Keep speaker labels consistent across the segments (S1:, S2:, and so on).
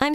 S1: I'm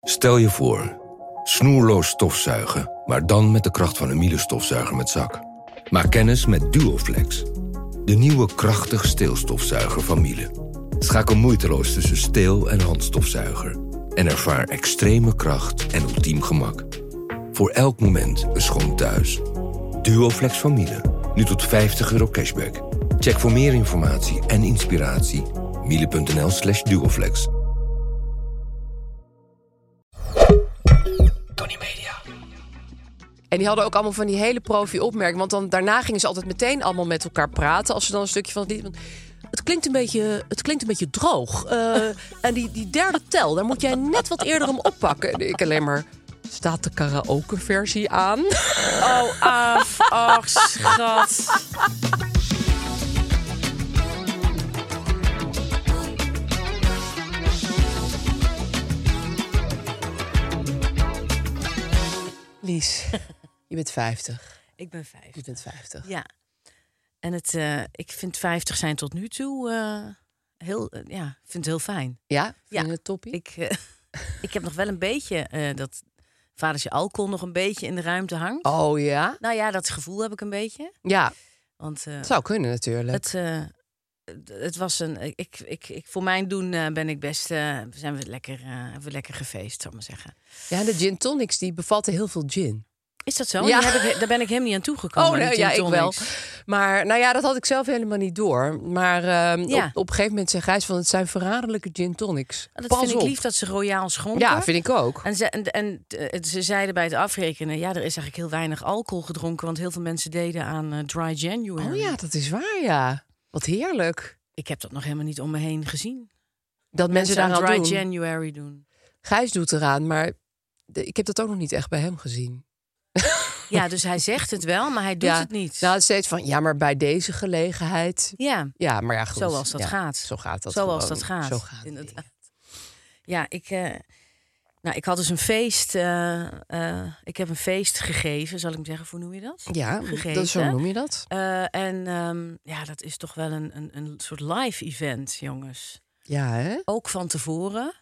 S2: Stel je voor, snoerloos stofzuigen, maar dan met de kracht van een Miele stofzuiger met zak. Maak kennis met Duoflex, de nieuwe krachtig steelstofzuiger van Miele. Schakel moeiteloos tussen steel- en handstofzuiger en ervaar extreme kracht en ultiem gemak. Voor elk moment een schoon thuis. Duoflex van Miele, nu tot 50 euro cashback. Check voor meer informatie en inspiratie miele.nl slash duoflex. Tony Media.
S3: En die hadden ook allemaal van die hele profi-opmerkingen. Want dan, daarna gingen ze altijd meteen allemaal met elkaar praten. Als ze dan een stukje van het lied... want Het klinkt een beetje, het klinkt een beetje droog. Eh, en die, die derde tel, daar moet jij net wat eerder om oppakken. En ik alleen maar... Staat de karaoke-versie aan?
S4: Oh, af. Ach, schat.
S3: Lies, je bent 50.
S4: Ik ben
S3: Je
S4: vijf.
S3: bent 50.
S4: Ja. En het, eh, ik vind 50 zijn tot nu toe eh, heel, eh, ja, ik vind het heel fijn.
S3: Ja? Vind
S4: Ja.
S3: je het toppie?
S4: Ik, eh, ik heb nog wel een beetje eh dat vadertje alcohol nog een beetje in de ruimte hangt.
S3: Oh ja?
S4: Nou ja, dat gevoel heb ik een beetje.
S3: Ja,
S4: Want eh,
S3: het zou kunnen natuurlijk.
S4: het, eh, d- het was een. Ik, ik, ik, voor mijn doen eh, ben ik best. eh, zijn we lekker, eh, hebben we lekker gefeest, zal ik maar zeggen.
S3: Ja, de gin tonics die bevatten heel veel gin.
S4: Is dat zo?
S3: Ja.
S4: Die heb ik, daar ben ik helemaal niet aan toegekomen. die
S3: nou ja,
S4: gin
S3: ik wel.
S4: tonics.
S3: Maar nou ja, dat had ik zelf helemaal niet door. Maar ehm,
S4: Ja. Oh,
S3: op, op een gegeven moment zei Gijs van... het zijn verraderlijke gin tonics.
S4: Dat
S3: Pas
S4: vind
S3: op.
S4: ik lief dat ze royaal schonken.
S3: Ja, vind ik ook.
S4: En, ze, en, en eh, ze zeiden bij het afrekenen, ja, er is eigenlijk heel weinig alcohol gedronken, want heel veel mensen deden aan eh, dry January.
S3: Oh ja, dat is waar, ja. Wat heerlijk.
S4: Ik heb dat nog helemaal niet om me heen gezien.
S3: Dat mensen,
S4: Ze aan
S3: daaraan
S4: dry
S3: doen.
S4: January doen.
S3: Gijs doet eraan, maar de- ik heb dat ook nog niet echt bij hem gezien.
S4: Ja, dus hij zegt het wel, maar hij doet
S3: ja.
S4: het niet.
S3: Nou, steeds van, ja, maar bij deze gelegenheid...
S4: ja,
S3: Ja, maar ja, goed.
S4: Zoals dat
S3: Ja,
S4: gaat.
S3: Zo gaat dat
S4: Zoals
S3: gewoon.
S4: dat gaat,
S3: Zo gaat het.
S4: inderdaad. ja, ik, eh, nou, ik had dus een feest. eh, eh, ik heb een feest gegeven, zal ik hem zeggen. Hoe noem je dat?
S3: Ja, dat,
S4: Gegeten.
S3: zo noem je dat.
S4: Eh, en ehm, ja, dat is toch wel een, een, een soort live event, jongens.
S3: Ja, hè?
S4: ook van tevoren.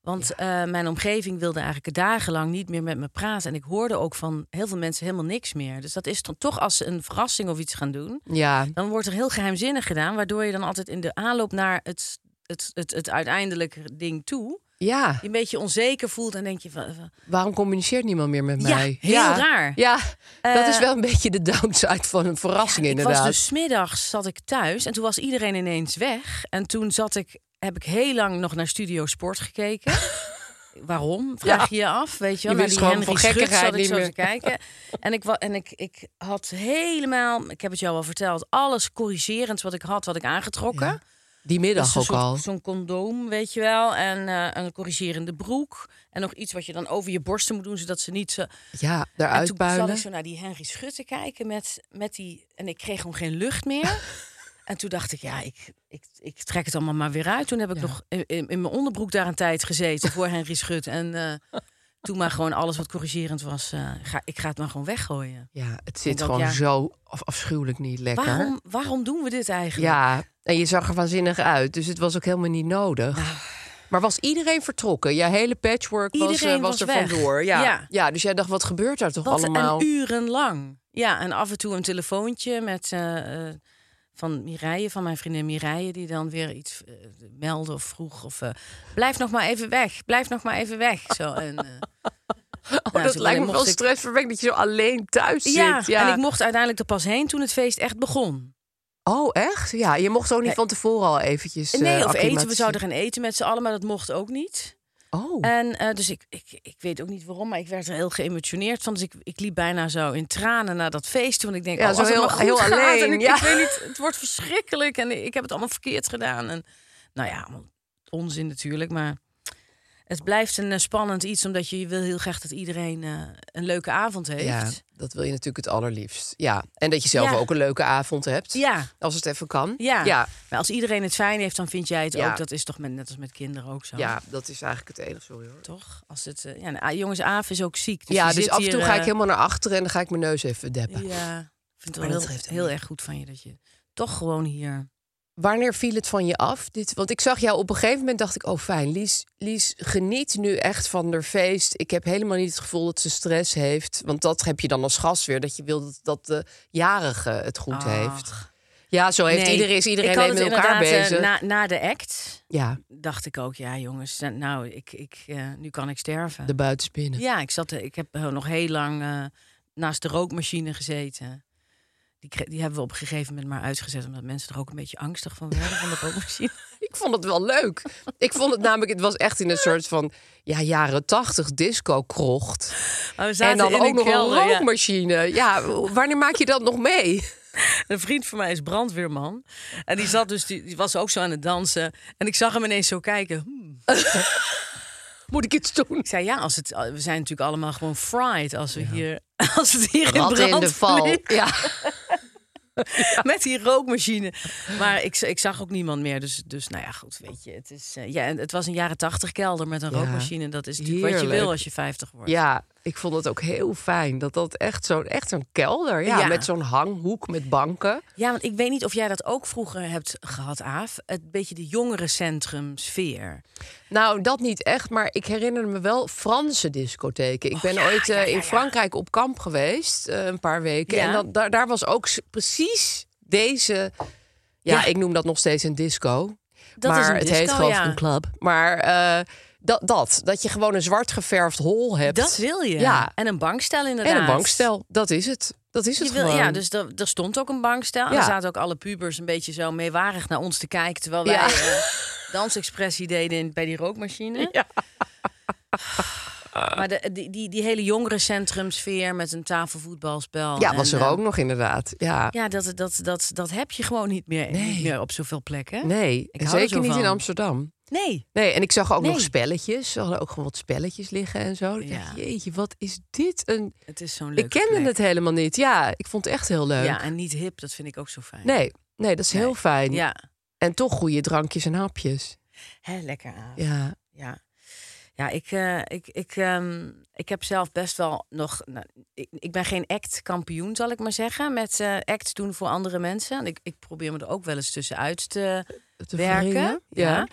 S4: Want eh, mijn omgeving wilde eigenlijk dagenlang niet meer met me praten. En ik hoorde ook van heel veel mensen helemaal niks meer. Dus dat is dan toch als ze een verrassing of iets gaan doen.
S3: Ja,
S4: Dan wordt er heel geheimzinnig gedaan. Waardoor je dan altijd in de aanloop naar het, het, het, het uiteindelijke ding toe.
S3: ja.
S4: je een beetje onzeker voelt. En denk je van. van-
S3: waarom communiceert niemand meer met
S4: Ja,
S3: mij?
S4: heel raar.
S3: Ja, dat
S4: Eh,
S3: is wel een beetje de downside van een verrassing
S4: Ja, ik
S3: inderdaad.
S4: was dus 's middags zat ik thuis. En toen was iedereen ineens weg. En toen zat ik. Heb ik heel lang nog naar Studio Sport gekeken. waarom? Vraag je je af, weet je wel?
S3: Je
S4: Naar
S3: wist
S4: die
S3: gewoon
S4: Henry
S3: van
S4: Schut
S3: gekkigheid
S4: zat ik
S3: niet
S4: zo
S3: meer.
S4: te kijken. En, ik, wa- en ik, ik had helemaal, ik heb het jou al verteld, alles corrigerends wat ik had, wat ik aangetrokken.
S3: Ja, Die middag
S4: Dus
S3: ook
S4: een soort-
S3: al.
S4: Zo'n condoom, weet je wel, en eh, een corrigerende broek. En nog iets wat je dan over je borsten moet doen, zodat ze niet zo...
S3: Ja,
S4: En
S3: daaruit
S4: toen zat
S3: puilen.
S4: ik zo naar die Henry Schut te kijken met, met die... En ik kreeg gewoon geen lucht meer. en toen dacht ik, ja, ik, ik, ik trek het allemaal maar weer uit. Toen heb ik nog in, in- in mijn onderbroek daar een tijd gezeten voor Henry Schut. En eh, toen maar gewoon alles wat corrigerend was, eh, ga, ik ga het maar gewoon weggooien.
S3: Ja, het
S4: denk
S3: zit
S4: ook,
S3: gewoon
S4: ja.
S3: zo af- afschuwelijk niet lekker.
S4: Waarom, waarom doen we dit eigenlijk?
S3: Ja, en je zag er waanzinnig uit, dus het was ook helemaal niet nodig.
S4: Ah.
S3: Maar was iedereen vertrokken? Ja, hele patchwork was, eh,
S4: Iedereen
S3: was,
S4: was
S3: er
S4: weg.
S3: vandoor. Ja. Ja.
S4: Ja.
S3: dus jij dacht, wat gebeurt daar toch
S4: Wat
S3: allemaal?
S4: en urenlang. Ja, en af en toe een telefoontje met eh, eh, van Mireille, van mijn vriendin Mireille, die dan weer iets eh, meldde of vroeg of eh, blijf nog maar even weg, blijf nog maar even weg. Zo en eh,
S3: Oh,
S4: zo
S3: dat
S4: ben
S3: lijkt
S4: ik-
S3: me wel
S4: mocht ik-
S3: stressverwekkend dat je zo alleen thuis
S4: ja,
S3: zit. Ja,
S4: en ik mocht uiteindelijk er pas heen toen het feest echt begon.
S3: Oh, echt? Ja, je mocht ook niet
S4: Nee.
S3: van tevoren al eventjes. eh,
S4: nee, of eten. We
S3: acclimatiseren.
S4: zouden gaan eten met z'n allen, maar dat mocht ook niet.
S3: Oh,
S4: En eh, dus ik, ik, ik weet ook niet waarom, maar ik werd er heel geëmotioneerd van. Dus ik, ik liep bijna zo in tranen naar dat feest. Toen ik denk,
S3: Ja,
S4: oh,
S3: zo
S4: als het
S3: heel-
S4: maar goed
S3: heel
S4: gaat
S3: alleen,
S4: En ik,
S3: ja.
S4: ik weet niet, het wordt verschrikkelijk en ik heb het allemaal verkeerd gedaan. En nou ja, allemaal onzin natuurlijk. Maar het blijft een eh, spannend iets, omdat je wil heel graag dat iedereen eh, een leuke avond heeft.
S3: Ja, dat wil je natuurlijk het allerliefst. Ja, en dat je zelf
S4: Ja.
S3: ook een leuke avond hebt.
S4: Ja.
S3: Als het even kan.
S4: Ja.
S3: ja.
S4: maar als iedereen het fijn heeft, dan vind jij het
S3: Ja.
S4: ook. Dat is toch met, net als met kinderen ook zo.
S3: Ja, dat is eigenlijk het enige, sorry hoor.
S4: Toch? Als het, eh, ja, nou, ah, jongens, Aaf is ook ziek. Dus
S3: ja,
S4: die
S3: dus
S4: zit
S3: af en toe
S4: hier,
S3: ga ik
S4: eh,
S3: helemaal naar achteren en dan ga ik mijn neus even deppen.
S4: Ja, ik vind het
S3: Maar
S4: wel
S3: dat
S4: heel,
S3: geeft hem
S4: heel
S3: niet.
S4: erg goed van je dat je toch gewoon hier...
S3: Wanneer viel het van je af? Dit, want ik zag jou op een gegeven moment, dacht ik, oh fijn, Lies, Lies geniet nu echt van haar feest. Ik heb helemaal niet het gevoel dat ze stress heeft. Want dat heb je dan als gast weer, dat je wil dat, dat de jarige het goed
S4: Ach.
S3: heeft. Ja, zo Oh, heeft
S4: Nee,
S3: iedereen, is iedereen
S4: ik had
S3: met
S4: het
S3: elkaar
S4: inderdaad, eh,
S3: bezig.
S4: Na, na de act
S3: Ja,
S4: dacht ik ook, ja jongens, eh, nou, ik, ik, eh, nu kan ik sterven.
S3: de buitenspinnen.
S4: Ja, ik, zat, eh, ik heb eh, nog heel lang eh, naast de rookmachine gezeten. Die, kre- die hebben we op een gegeven moment maar uitgezet... omdat mensen er ook een beetje angstig van werden, van de rookmachine.
S3: Ik vond het wel leuk. Ik vond het namelijk, het was echt in een soort van ja, jaren tachtig disco-krocht.
S4: Maar we
S3: En
S4: zaten
S3: dan
S4: in
S3: ook
S4: een
S3: nog
S4: kelder,
S3: een
S4: ja.
S3: rookmachine. Ja. wanneer maak je dat nog mee?
S4: Een vriend van mij is brandweerman. En die zat dus, die, die was ook zo aan het dansen. En ik zag hem ineens zo kijken. hmm.
S3: Moet ik iets doen?
S4: Ik zei, ja, als het, eh, we zijn natuurlijk allemaal gewoon fried als we hier... Als het hier in
S3: Wat
S4: brand
S3: in de val.
S4: vliegt.
S3: Ja.
S4: Met die rookmachine. Maar ik, ik zag ook niemand meer. Dus, dus nou ja, goed, weet je. Het, is, eh, ja, en het was een jaren tachtig kelder met een
S3: Ja.
S4: rookmachine. Dat is natuurlijk wat je
S3: Heerlijk.
S4: wil als je 50 wordt.
S3: ja, ik vond het ook heel fijn. Dat dat echt zo'n echt zo'n kelder. Ja,
S4: Ja.
S3: Met zo'n hanghoek met banken.
S4: Ja, want ik weet niet of jij dat ook vroeger hebt gehad, Aaf. Het beetje de jongerencentrum sfeer.
S3: Nou, dat niet echt, maar ik herinner me wel Franse discotheken.
S4: Oh
S3: Ik ben ooit eh, in Frankrijk op kamp geweest, eh, een paar weken.
S4: Ja.
S3: En dat, daar, daar was ook s- precies deze... Ja,
S4: Ja.
S3: ik noem dat nog steeds een disco.
S4: Dat
S3: maar
S4: is een
S3: het
S4: disco,
S3: heet geloof ik
S4: ja.
S3: een club. Maar eh, dat, dat, dat je gewoon een zwart geverfd hol hebt.
S4: Dat wil je.
S3: Ja,
S4: En een bankstel inderdaad.
S3: en een bankstel. Dat is het. Dat is het
S4: Je wil-
S3: gewoon.
S4: ja, dus er, er stond ook een bankstel. En
S3: Ja.
S4: er zaten ook alle pubers een beetje zo meewarig naar ons te kijken... terwijl wij
S3: Ja.
S4: eh, dansexpressie deden in- bij die rookmachine. Maar de, die, die, die hele jongerencentrumsfeer met een tafelvoetbalspel...
S3: ja,
S4: en,
S3: was er
S4: eh,
S3: ook nog inderdaad. Ja.
S4: Ja, dat, dat, dat, dat heb je gewoon niet meer, niet meer op zoveel plekken.
S3: Nee,
S4: Ik
S3: en
S4: hou er
S3: zeker
S4: zo
S3: niet in
S4: van.
S3: Amsterdam.
S4: Nee.
S3: Nee, en ik zag ook nog
S4: Nee.
S3: spelletjes. Ze hadden ook gewoon wat spelletjes liggen en zo. Ik dacht,
S4: Ja.
S3: jeetje, wat is dit een...
S4: Het is zo'n leuk.
S3: Ik kende het helemaal niet. Ja, ik vond het echt heel leuk.
S4: Ja, en niet hip, dat vind ik ook zo fijn.
S3: Nee, nee, dat is heel fijn.
S4: Ja,
S3: En toch goede drankjes en hapjes.
S4: Hè, lekker aan.
S3: Ja,
S4: Ja, ja ik, eh, ik, ik, ehm, ik heb zelf best wel nog. Nou, ik, ik ben geen act-kampioen, zal ik maar zeggen. Met eh acts doen voor andere mensen. En ik, ik probeer me er ook wel eens tussenuit te,
S3: te
S4: werken.
S3: verringen,
S4: Ja.
S3: ja.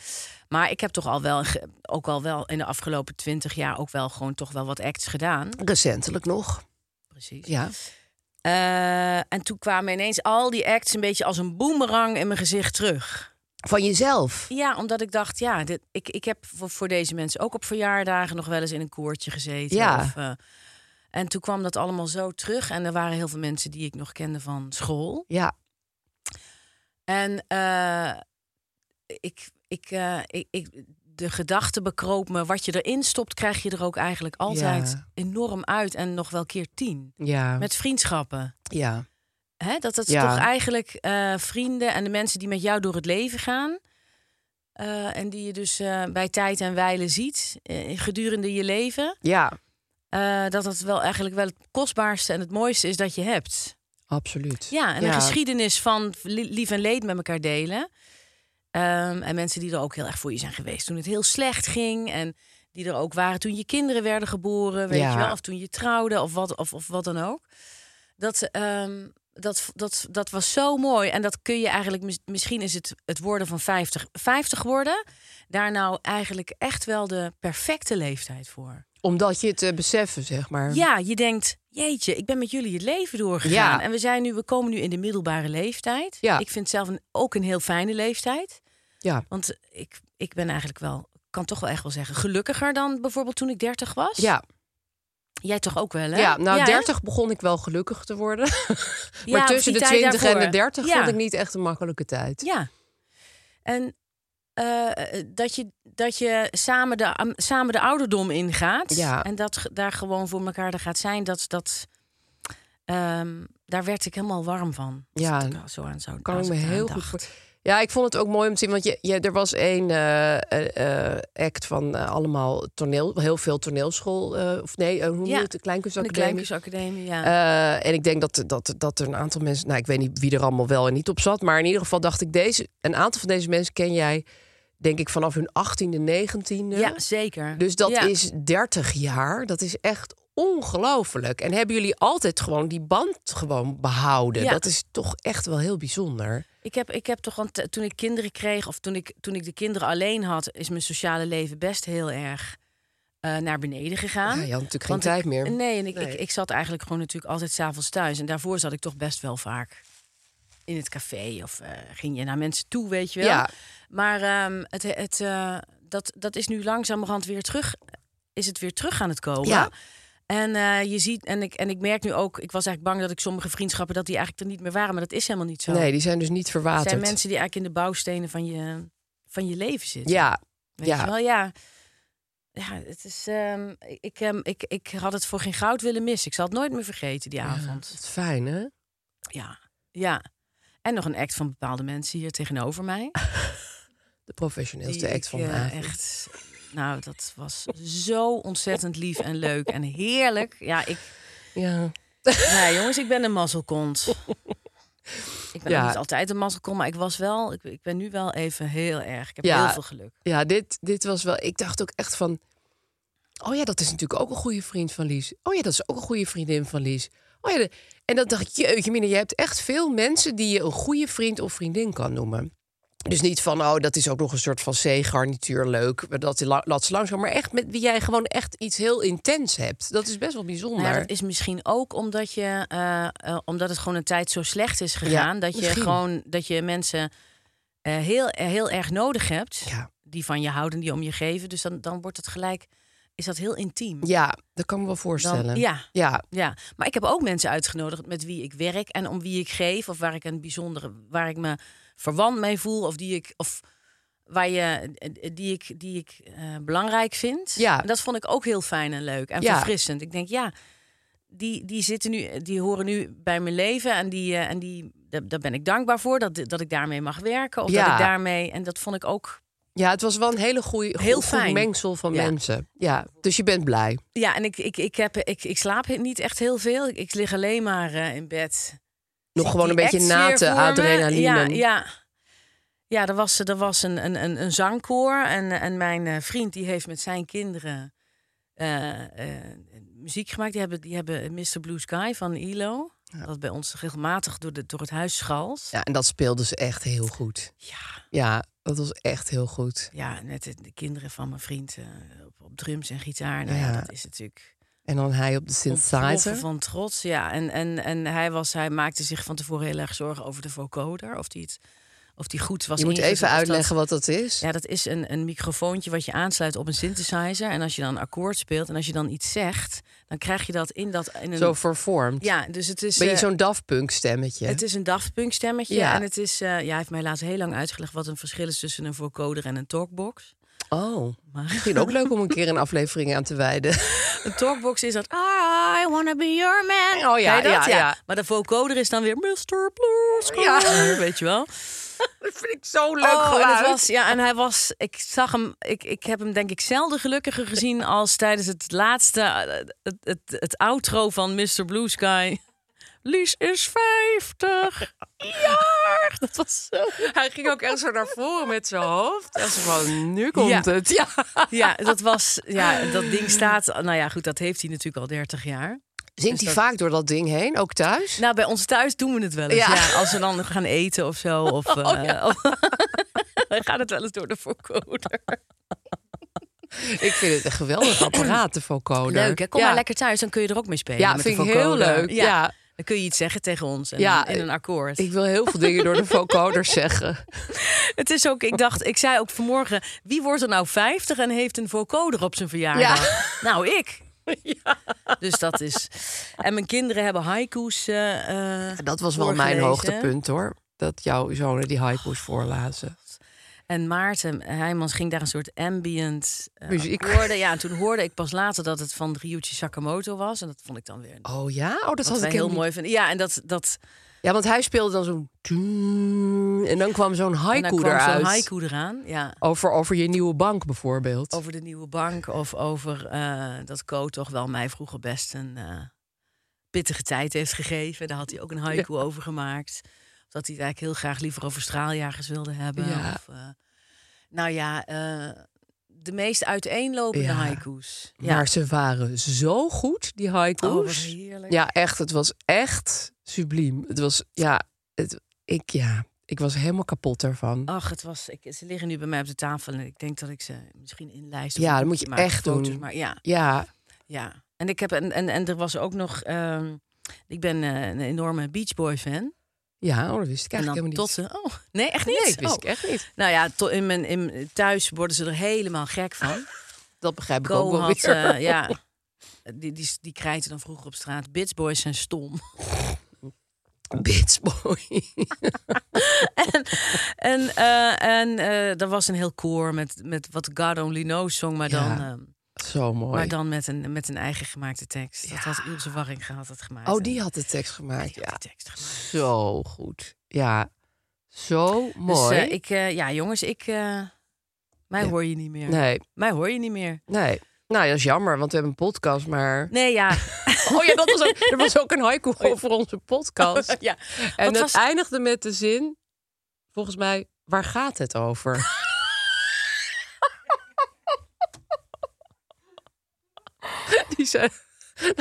S4: Maar ik heb toch al wel, ge- ook al wel in de afgelopen twintig jaar ook wel gewoon toch wel wat acts gedaan.
S3: recentelijk nog.
S4: Precies.
S3: Ja.
S4: Eh, en toen kwamen ineens al die acts een beetje als een boemerang in mijn gezicht terug.
S3: Van jezelf.
S4: Ja, omdat ik dacht, ja, dit, ik, ik heb voor, voor deze mensen ook op verjaardagen nog wel eens in een koortje gezeten.
S3: Ja.
S4: Of, eh, en toen kwam dat allemaal zo terug. En er waren heel veel mensen die ik nog kende van school.
S3: Ja,
S4: En eh, ik, ik, eh, ik, ik, de gedachte bekroop me, wat je erin stopt, krijg je er ook eigenlijk altijd
S3: Ja.
S4: enorm uit. En nog wel keer tien.
S3: ja,
S4: Met vriendschappen.
S3: ja.
S4: Hè, dat het
S3: Ja.
S4: toch eigenlijk eh, vrienden en de mensen die met jou door het leven gaan. eh, en die je dus eh, bij tijd en wijle ziet eh, gedurende je leven.
S3: Ja,
S4: eh, dat dat wel eigenlijk wel het kostbaarste en het mooiste is dat je hebt.
S3: absoluut.
S4: Ja, en een geschiedenis van li- lief en leed met elkaar delen. Ehm, en mensen die er ook heel erg voor je zijn geweest toen het heel slecht ging. En die er ook waren toen je kinderen werden geboren, weet
S3: Ja.
S4: je wel. Of toen je trouwde, of wat, of, of wat dan ook. Dat, ehm, dat, dat, dat was zo mooi. En dat kun je eigenlijk... mis- Misschien is het het worden van 50, 50 worden... daar nou eigenlijk echt wel de perfecte leeftijd voor.
S3: Omdat je het eh, beseffen, zeg maar.
S4: Ja, je denkt, jeetje, ik ben met jullie het leven doorgegaan.
S3: Ja.
S4: En we, zijn nu, we komen nu in de middelbare leeftijd.
S3: Ja.
S4: Ik vind het zelf een, ook een heel fijne leeftijd.
S3: Ja.
S4: Want ik, ik ben eigenlijk wel, kan toch wel echt wel zeggen, gelukkiger dan bijvoorbeeld toen ik 30 was.
S3: Ja,
S4: Jij toch ook wel, hè?
S3: ja, nou,
S4: hè?
S3: 30 begon ik wel gelukkig te worden.
S4: Ja,
S3: maar
S4: of
S3: tussen de
S4: die tijd
S3: 20 en de
S4: daarvoor.
S3: 30
S4: Ja.
S3: vond ik niet echt een makkelijke tijd.
S4: Ja. En eh, dat je, dat je samen, de, am- samen de ouderdom ingaat.
S3: Ja.
S4: En dat ge- daar gewoon voor elkaar er gaat zijn. Dat, dat, ehm, daar werd ik helemaal warm van. Als
S3: Ja,
S4: ik er zo aan zou
S3: kan ik me heel goed voor. Ja, ik vond het ook mooi om te zien. Want je, je, er was één eh, eh, eh, act van eh, allemaal toneel. Heel veel toneelschool. eh, of nee, eh, hoe noem je
S4: Ja,
S3: het? De
S4: Van de
S3: Kleinkunstacademie.
S4: Kleinkunstacademie, ja.
S3: Eh, en ik denk dat, dat, dat er een aantal mensen... Nou, ik weet niet wie er allemaal wel en niet op zat. Maar in ieder geval dacht ik, deze, een aantal van deze mensen ken jij... denk ik vanaf hun 18e, 19e.
S4: ja, zeker.
S3: Dus dat
S4: Ja.
S3: is 30 jaar. Dat is echt ongelooflijk. En hebben jullie altijd gewoon die band gewoon behouden?
S4: Ja.
S3: Dat is toch echt wel heel bijzonder.
S4: Ik heb, ik heb toch gewoon, t- toen ik kinderen kreeg, of toen ik, toen ik de kinderen alleen had, is mijn sociale leven best heel erg eh, naar beneden
S3: Ja,
S4: gegaan.
S3: je had natuurlijk geen
S4: Want
S3: tijd
S4: ik-
S3: meer.
S4: Nee, en ik,
S3: Nee.
S4: Ik, ik zat eigenlijk gewoon natuurlijk altijd s'avonds thuis. En daarvoor zat ik toch best wel vaak in het café. Of eh, ging je naar mensen toe, weet je wel.
S3: Ja.
S4: Maar ehm, het, het, eh, dat, dat is nu langzamerhand weer terug. Is het weer terug aan het komen.
S3: Ja.
S4: En eh, je ziet, en ik, en ik merk nu ook, ik was eigenlijk bang dat ik sommige vriendschappen, dat die eigenlijk er niet meer waren. Maar dat is helemaal niet zo.
S3: Nee, die zijn dus niet
S4: Het
S3: verwaterd.
S4: zijn mensen die eigenlijk in de bouwstenen van je, van je leven zitten.
S3: Ja,
S4: Weet
S3: ja.
S4: je wel, ja. Ja, het is. ehm, ik, ehm, ik, ik had het voor geen goud willen missen. Ik zal het nooit meer vergeten die avond.
S3: Wat fijn, hè?
S4: Ja. Ja. En nog een act van bepaalde mensen hier tegenover mij.
S3: De professioneelste
S4: Die
S3: act van
S4: ik,
S3: de
S4: eh,
S3: avond.
S4: Echt. Nou, dat was zo ontzettend lief en leuk en heerlijk. Ja, ik.
S3: Ja.
S4: Nee, jongens, ik ben een mazzelkont. Ik ben
S3: Ja.
S4: ook niet altijd een mazzelkont, maar ik was wel. Ik, ik ben nu wel even heel erg. Ik heb
S3: Ja.
S4: heel veel geluk.
S3: Ja, dit, dit was wel... Ik dacht ook echt van... Oh ja, dat is natuurlijk ook een goede vriend van Lies. Oh ja, dat is ook een goede vriendin van Lies. Oh ja, de- en dan dacht ik, jeetje mina, je hebt echt veel mensen... die je een goede vriend of vriendin kan noemen. Dus niet van, oh, dat is ook nog een soort van C-garnituur, leuk. Dat die la- laat ze langzaam. Maar echt met wie jij gewoon echt iets heel intens hebt. Dat is best wel bijzonder.
S4: Nou ja, dat is misschien ook omdat je, eh, eh, omdat het gewoon een tijd zo slecht is gegaan, dat je
S3: misschien.
S4: gewoon dat je mensen eh, heel, eh, heel erg nodig hebt,
S3: Ja.
S4: die van je houden, die om je geven. Dus dan, dan wordt het gelijk, is dat heel intiem.
S3: Ja, dat kan ik me wel voorstellen.
S4: Dan, ja,
S3: ja,
S4: ja, maar ik heb ook mensen uitgenodigd met wie ik werk en om wie ik geef, of waar ik een bijzondere, waar ik me verwant mee voel, of die ik, of waar je, die ik, die ik eh, belangrijk vind.
S3: Ja.
S4: En dat vond ik ook heel fijn en leuk en
S3: Ja.
S4: verfrissend. Ik denk, ja, die, die zitten nu, die horen nu bij mijn leven en die, eh, en die, daar daar ben ik dankbaar voor dat, dat ik daarmee mag werken, of
S3: Ja.
S4: dat ik daarmee, en dat vond ik ook
S3: Ja, het was wel een hele goede
S4: Heel
S3: goed, goed
S4: fijn.
S3: mengsel van
S4: Ja.
S3: mensen. Ja, dus je bent blij.
S4: Ja, en ik, ik, ik, heb, ik, ik slaap niet echt heel veel. Ik, ik lig alleen maar eh, in bed.
S3: Nog gewoon een
S4: Die
S3: beetje
S4: acts weer
S3: na te
S4: voor me.
S3: adrenaline.
S4: Ja, ja. ja er was, er was een, een, een, een zangkoor. En, en mijn eh, vriend die heeft met zijn kinderen eh, eh, muziek gemaakt. Die hebben, die hebben Mr. Blue Sky van ILO. Dat bij ons regelmatig door, de, door het huis schalt.
S3: Ja, en dat speelden ze echt heel goed.
S4: Ja,
S3: Ja, dat was echt heel goed.
S4: ja, net de, de kinderen van mijn vriend eh, op, op drums en gitaar. Nou ja,
S3: Ja.
S4: dat is natuurlijk...
S3: En dan hij op de
S4: Ontploffen
S3: synthesizer.
S4: van trots, ja. En, en, en hij, was, hij maakte zich van tevoren heel erg zorgen over de vocoder. Of die, het, of die goed was
S3: Je moet
S4: ingezet,
S3: even
S4: of dat-
S3: uitleggen wat dat is.
S4: Ja, dat is een, een microfoontje wat je aansluit op een synthesizer. En als je dan een akkoord speelt en als je dan iets zegt... dan krijg je dat in dat... In een,
S3: Zo vervormd.
S4: ja, dus het is...
S3: ben je
S4: eh,
S3: zo'n Daft Punk stemmetje?
S4: het is een Daft Punk stemmetje.
S3: Ja.
S4: En het is... eh, ja, hij heeft mij laatst heel lang uitgelegd... wat een verschil is tussen een vocoder en een talkbox.
S3: Oh,
S4: Maar
S3: misschien ook leuk om een keer een aflevering aan te wijden.
S4: een talkbox is dat... I wanna be your man.
S3: Oh ja,
S4: Ken je dat?
S3: ja, ja.
S4: Maar de vocoder is dan weer... Mr. Blue Sky.
S3: Ja.
S4: Weet je wel?
S3: Dat vind ik zo
S4: Oh, en het was, ja, en hij was, ik zag hem, ik, ik heb hem denk ik zelden gelukkiger gezien als tijdens het laatste, eh, het, het, het outro van Mr. Blue Sky. Lies is 50 jaar. Dat was zo.
S3: Hij ging ook echt zo naar voren met zijn hoofd. En zo van, nu komt
S4: Ja.
S3: het. Ja.
S4: Ja, dat was, ja, dat ding staat, nou ja, goed, dat heeft hij natuurlijk al 30 jaar.
S3: Zingt hij vaak door dat ding heen, ook thuis?
S4: Nou, bij ons thuis doen we het wel eens.
S3: Ja.
S4: Ja. als we dan gaan eten of zo. Of, eh dan gaat het wel eens door de voorkoder.
S3: Ik vind het een geweldig apparaat, de vocoder.
S4: Leuk, hè? Kom
S3: Ja.
S4: maar lekker thuis, dan kun je er ook mee spelen.
S3: Ja,
S4: met
S3: vind
S4: de
S3: ik heel
S4: vocoder.
S3: leuk. Ja.
S4: Dan kun je iets zeggen tegen ons en
S3: Ja, eh,
S4: in een akkoord.
S3: Ik wil heel veel dingen door de vocoder zeggen.
S4: het is ook, ik dacht, ik zei ook vanmorgen, wie wordt er nou 50 en heeft een vocoder op zijn verjaardag? Nou, ik. Dus dat is. En mijn kinderen hebben haiku's. eh, eh,
S3: Dat was wel mijn
S4: voorgelezen.
S3: hoogtepunt, hoor. Dat jouw zonen die haiku's voorlazen.
S4: En Maarten Heijmans ging daar een soort ambient eh,
S3: Muziek.
S4: akkoorden. Ja, en toen hoorde ik pas later dat het van Ryuichi Sakamoto was. En dat vond ik dan weer
S3: Oh ja? Oh, dat
S4: Wat
S3: had ik
S4: wij heel
S3: helemaal
S4: mooi vinden. Ja, en dat, dat,
S3: Ja, want hij speelde dan zo'n... tuun, En dan kwam zo'n
S4: en dan
S3: haiku
S4: kwam
S3: eruit.
S4: zo'n haiku eraan. Ja.
S3: Over, over je nieuwe bank bijvoorbeeld.
S4: Over de nieuwe bank of over eh, dat Co toch wel mij vroeger best een eh, pittige tijd heeft gegeven. Daar had hij ook een haiku over gemaakt. Of dat hij het eigenlijk heel graag liever over straaljagers wilde hebben.
S3: Ja.
S4: Of, eh, nou ja, eh, de meest uiteenlopende
S3: Ja.
S4: haiku's. Ja.
S3: Maar ze waren zo goed, die
S4: Oh, wat
S3: haiku's.
S4: heerlijk.
S3: ja, echt. Het was echt subliem. Het was, ja, het, ik, ja, ik was helemaal kapot daarvan.
S4: Ach, het was, ik, ze liggen nu bij mij op de tafel en ik denk dat ik ze misschien inlijst. of
S3: Ja,
S4: een
S3: dat moet
S4: boekje
S3: je
S4: maak,
S3: echt
S4: foto's,
S3: doen.
S4: Maar ja,
S3: Ja,
S4: Ja, en ik heb en, en, en er was ook nog. ehm, ik ben eh, een enorme Beach Boy fan.
S3: ja, oh, dat wist ik
S4: en dan
S3: eigenlijk helemaal niet.
S4: tot ze. Oh, nee, echt niet.
S3: Nee, dat wist
S4: Oh.
S3: ik echt niet.
S4: Nou ja, to- in mijn, in, thuis worden ze er helemaal gek van.
S3: Dat begrijp ik ook
S4: Ko
S3: wel
S4: had,
S3: weer.
S4: eh, ja, die, die, die krijten dan vroeger op straat. Bitch Boys zijn stom.
S3: Bitsboy.
S4: En, eh, en eh, er was een heel koor met, met wat God Only Knows zong, maar dan,
S3: Ja,
S4: ehm,
S3: Zo mooi.
S4: maar dan met, een, met een eigen gemaakte tekst. Dat had Ilse Warring had het gemaakt.
S3: oh,
S4: En
S3: die had de tekst gemaakt.
S4: die had
S3: Ja,
S4: die tekst gemaakt.
S3: zo goed. Ja, zo mooi.
S4: Dus eh, ik, eh, ja, jongens, ik. eh, mij
S3: Ja.
S4: hoor je niet meer.
S3: Nee,
S4: Mij hoor je niet meer.
S3: nee. Nou, dat is jammer, want we hebben een podcast, maar...
S4: Nee, ja.
S3: Oh ja, dat was ook, er was ook een haiku over onze podcast.
S4: Oh ja.
S3: En
S4: Wat
S3: het
S4: was-
S3: eindigde met de zin, volgens mij, waar gaat het over? Die zei...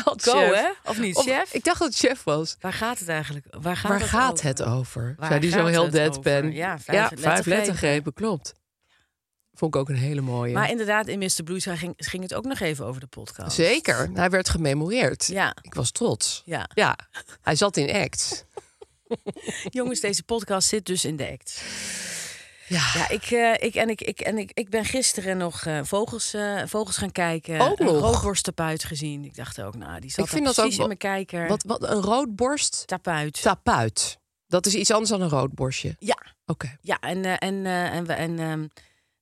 S3: Had
S4: Go,
S3: chef.
S4: hè? Of niet, chef?
S3: Ik dacht dat het chef was.
S4: Waar gaat het eigenlijk? Waar gaat,
S3: waar
S4: het,
S3: gaat
S4: over?
S3: het over?
S4: Waar
S3: zei die zo
S4: gaat
S3: heel
S4: het
S3: deadpan.
S4: over? Ja, vijf
S3: vijf
S4: lettergrepen.
S3: lettergrepen, klopt. Vond ik ook een hele mooie.
S4: Maar inderdaad, in Mr. Blues ging, ging het ook nog even over de podcast.
S3: Zeker, hij werd gememoreerd.
S4: Ja.
S3: Ik was trots.
S4: Ja.
S3: Ja, hij zat in act.
S4: Jongens, deze podcast zit dus in de act.
S3: Ja.
S4: Ja, ik, eh, ik, en ik, ik, en ik, ik ben gisteren nog eh, vogels, eh, vogels gaan kijken.
S3: Ook
S4: een
S3: nog?
S4: roodborsttapuit gezien. Ik dacht ook, nou, die zat
S3: Ik vind
S4: daar
S3: dat ook
S4: precies
S3: wel-
S4: in mijn kijker.
S3: Wat, wat een roodborst
S4: Tapuit.
S3: tapuit. Dat is iets anders dan een roodborstje. Oké.
S4: ja, Ja, en, eh, en, eh, en, we- en ehm,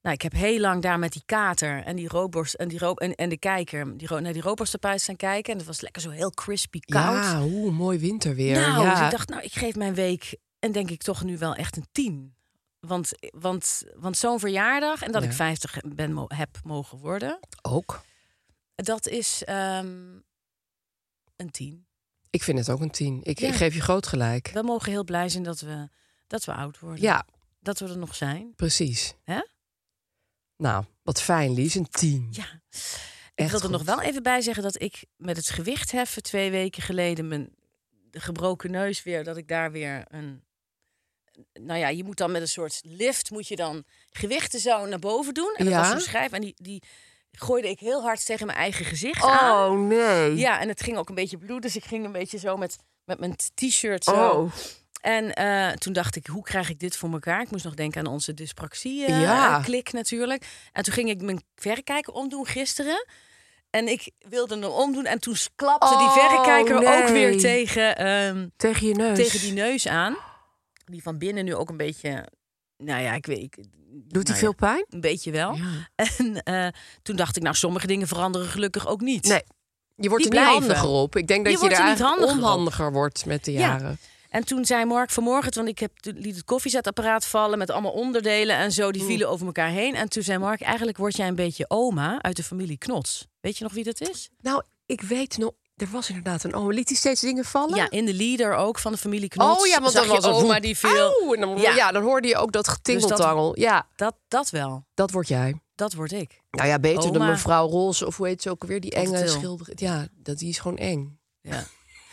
S4: nou, ik heb heel lang daar met die kater en die roodborst en, die ro en, en de kijker, die ro naar die roodborsttapuit staan kijken. En dat was lekker zo heel crispy koud.
S3: Ja, hoe mooi winterweer.
S4: nou,
S3: ja.
S4: dus ik dacht, nou, ik geef mijn week en denk ik toch nu wel echt een tien. Want, want, want zo'n verjaardag en dat
S3: Ja.
S4: ik 50 ben, mo- heb mogen worden,
S3: ook.
S4: dat is ehm, een tien.
S3: Ik vind het ook een tien. Ik,
S4: Ja.
S3: ik geef je groot gelijk.
S4: We mogen heel blij zijn dat we, dat we oud worden.
S3: Ja,
S4: Dat we er nog zijn.
S3: precies.
S4: Hè?
S3: Nou, wat fijn, Lies. Een tien.
S4: Ja.
S3: Echt
S4: ik wil er nog
S3: goed.
S4: wel even bij zeggen dat ik met het gewicht heffen twee weken geleden mijn de gebroken neus weer, dat ik daar weer een. Nou ja, je moet dan met een soort lift, moet je dan gewichten zo naar boven doen. En dat
S3: Ja.
S4: was zo'n schijf en die, die gooide ik heel hard tegen mijn eigen gezicht aan.
S3: Oh, nee.
S4: Ja, en het ging ook een beetje bloed, dus ik ging een beetje zo met, met mijn t-shirt zo.
S3: Oh.
S4: En eh, toen dacht ik, hoe krijg ik dit voor elkaar? Ik moest nog denken aan onze
S3: Ja.
S4: dyspraxie-klik natuurlijk. En toen ging ik mijn verrekijker omdoen gisteren. En ik wilde hem omdoen. En toen klapte
S3: Oh,
S4: die verrekijker ook
S3: nee.
S4: weer tegen, ehm,
S3: Tegen je neus.
S4: tegen die neus aan. Die van binnen nu ook een beetje... Nou ja, ik weet... Ik,
S3: Doet hij
S4: nou
S3: veel
S4: ja,
S3: pijn?
S4: Een beetje wel.
S3: Ja.
S4: En eh, toen dacht ik, nou, sommige dingen veranderen gelukkig ook niet.
S3: Nee. Je wordt
S4: Die
S3: er niet
S4: blijven.
S3: handiger op. Ik denk dat je,
S4: Je wordt
S3: er
S4: er niet
S3: eigenlijk
S4: handiger op.
S3: onhandiger wordt met de
S4: Ja.
S3: jaren.
S4: En toen zei Mark vanmorgen, want ik heb, toen liet het koffiezetapparaat vallen met allemaal onderdelen en zo,
S3: Mm.
S4: die vielen over elkaar heen. En toen zei Mark, eigenlijk word jij een beetje oma uit de familie Knots. Weet je nog wie dat is?
S3: Nou, ik weet nog... Er was inderdaad een oom. Liet hij steeds dingen vallen?
S4: Oh, Ja, in de leader ook van de familie Knots.
S3: Oh ja, want
S4: Zag
S3: dan was
S4: je
S3: er
S4: oma
S3: woep.
S4: die veel.
S3: Auw, en dan, ja.
S4: Ja. Dus
S3: dan hoorde je ook dat getingeltangel. Ja,
S4: Dat, dat wel,
S3: dat word jij.
S4: dat word ik.
S3: Nou ja, beter dan
S4: Oma.
S3: mevrouw Roze of hoe heet ze ook weer die
S4: Van de
S3: enge
S4: Til.
S3: schilder. Ja, dat die is gewoon eng.
S4: Ja.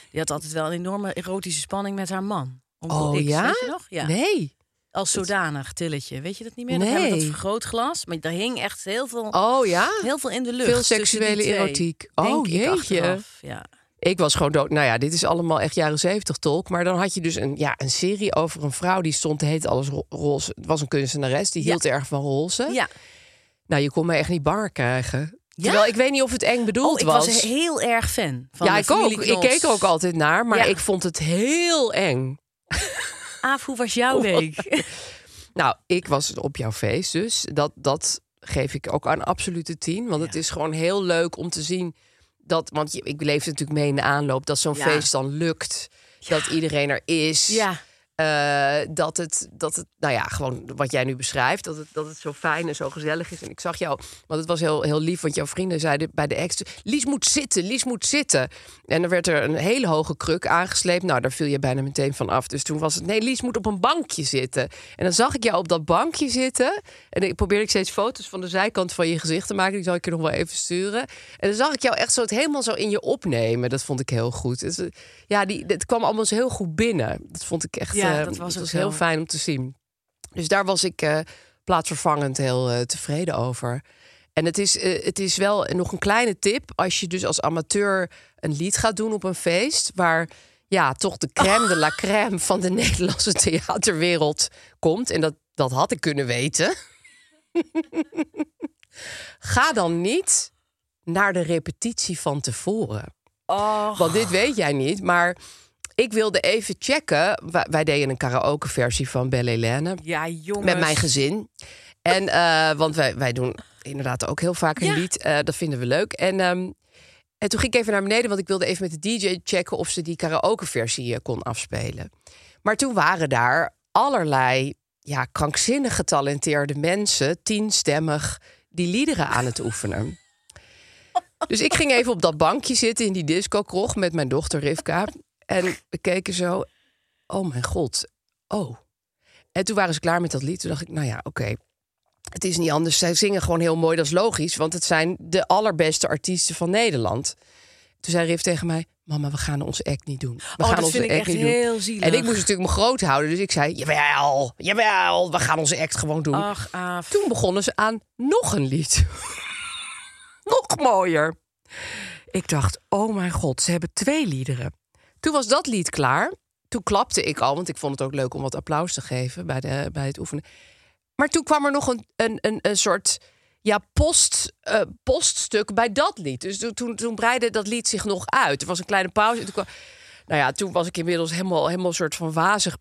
S4: Die had altijd wel een enorme erotische spanning met haar man. Onkel
S3: Oh
S4: X,
S3: ja?
S4: Weet je nog? Ja.
S3: Nee.
S4: Als zodanig, Tilletje. Weet je dat niet meer? Dan hebben we
S3: Nee.
S4: dat vergrootglas. Maar daar hing echt heel veel,
S3: Oh ja.
S4: heel veel in de lucht.
S3: Veel
S4: tussen die
S3: seksuele
S4: twee.
S3: erotiek.
S4: Denk
S3: Oh,
S4: ik
S3: jeetje.
S4: achteraf, Ja.
S3: Ik was gewoon dood. Nou ja, dit is allemaal echt jaren zeventig tolk. Maar dan had je dus een, ja, een serie over een vrouw die stond te heet alles ro- roze. Het was een kunstenares, die
S4: Ja.
S3: hield erg van roze.
S4: ja.
S3: Nou, je kon mij echt niet banger krijgen.
S4: Ja?
S3: Terwijl ik weet niet of het eng bedoeld
S4: Oh, ik was.
S3: was.
S4: heel erg fan van
S3: ja,
S4: de
S3: ik ook.
S4: familie
S3: Ik
S4: Knols.
S3: keek er ook altijd naar, maar
S4: Ja.
S3: ik vond het heel eng.
S4: Aaf, hoe was jouw week?
S3: Nou, ik was op jouw feest, dus dat, dat geef ik ook aan absolute tien. Want het is gewoon heel leuk om te zien dat. Want je- ik leefde natuurlijk mee in de aanloop dat zo'n
S4: Ja.
S3: feest dan lukt. dat iedereen er is.
S4: Ja.
S3: Eh, dat, het, dat het, nou ja, gewoon wat jij nu beschrijft, dat het, dat het zo fijn en zo gezellig is. En ik zag jou, want het was heel, heel lief, want jouw vrienden zeiden bij de ex: Lies moet zitten, Lies moet zitten. En er werd er een hele hoge kruk aangesleept. Nou, daar viel je bijna meteen van af. Dus toen was het: Nee, Lies moet op een bankje zitten. En dan zag ik jou op dat bankje zitten. En ik probeerde ik steeds foto's van de zijkant van je gezicht te maken. Die zal ik je nog wel even sturen. En dan zag ik jou echt zo het helemaal zo in je opnemen. Dat vond ik heel goed. Dus, eh, ja, die, het kwam allemaal zo heel goed binnen. Dat vond ik echt echt,
S4: Ja,
S3: eh,
S4: dat was ook
S3: heel
S4: zo.
S3: fijn om te zien. Dus daar was ik eh, plaatsvervangend heel eh, tevreden over. En het is, eh, het is wel nog een kleine tip. Als je dus als amateur een lied gaat doen op een feest... waar ja, toch de crème de la crème van de Nederlandse theaterwereld komt... en dat, dat had ik kunnen weten... ga dan niet naar de repetitie van tevoren.
S4: Oh,
S3: Want dit weet jij niet, maar ik wilde even checken. Wij, wij deden een karaoke-versie van Belle Hélène
S4: ja, jongens.
S3: met mijn gezin. En, eh, want wij, wij doen inderdaad ook heel vaak een
S4: Ja.
S3: lied. Eh, dat vinden we leuk. En, ehm, en toen ging ik even naar beneden, want ik wilde even met de DJ checken of ze die karaoke-versie eh, kon afspelen. Maar toen waren daar allerlei ja, krankzinnig getalenteerde mensen, tienstemmig, die liederen aan het oefenen. Dus ik ging even op dat bankje zitten in die disco-krog met mijn dochter Rivka. En we keken zo. Oh mijn god. Oh. En toen waren ze klaar met dat lied. Toen dacht ik, nou ja, oké. Het is niet anders. Zij zingen gewoon heel mooi. Dat is logisch. Want het zijn de allerbeste artiesten van Nederland. Toen zei Rif tegen mij... Mama, we gaan onze act niet doen. We
S4: Oh,
S3: gaan
S4: dat
S3: onze
S4: vind ik
S3: act
S4: echt
S3: niet doen.
S4: heel zielig.
S3: En ik moest natuurlijk me groot houden. Dus ik zei, jawel, jawel. We gaan onze act gewoon doen.
S4: Ach, af.
S3: Toen begonnen ze aan nog een lied. nog mooier. Ik dacht, oh mijn god, ze hebben twee liederen. Toen was dat lied klaar. Toen klapte ik al, want ik vond het ook leuk om wat applaus te geven bij, de, bij het oefenen. Maar toen kwam er nog een, een, een, een soort ja, post, eh, poststuk bij dat lied. Dus toen- toen, toen breidde dat lied zich nog uit. Er was een kleine pauze. en Toen kwam, nou ja, toen was ik inmiddels helemaal, helemaal soort van wazig.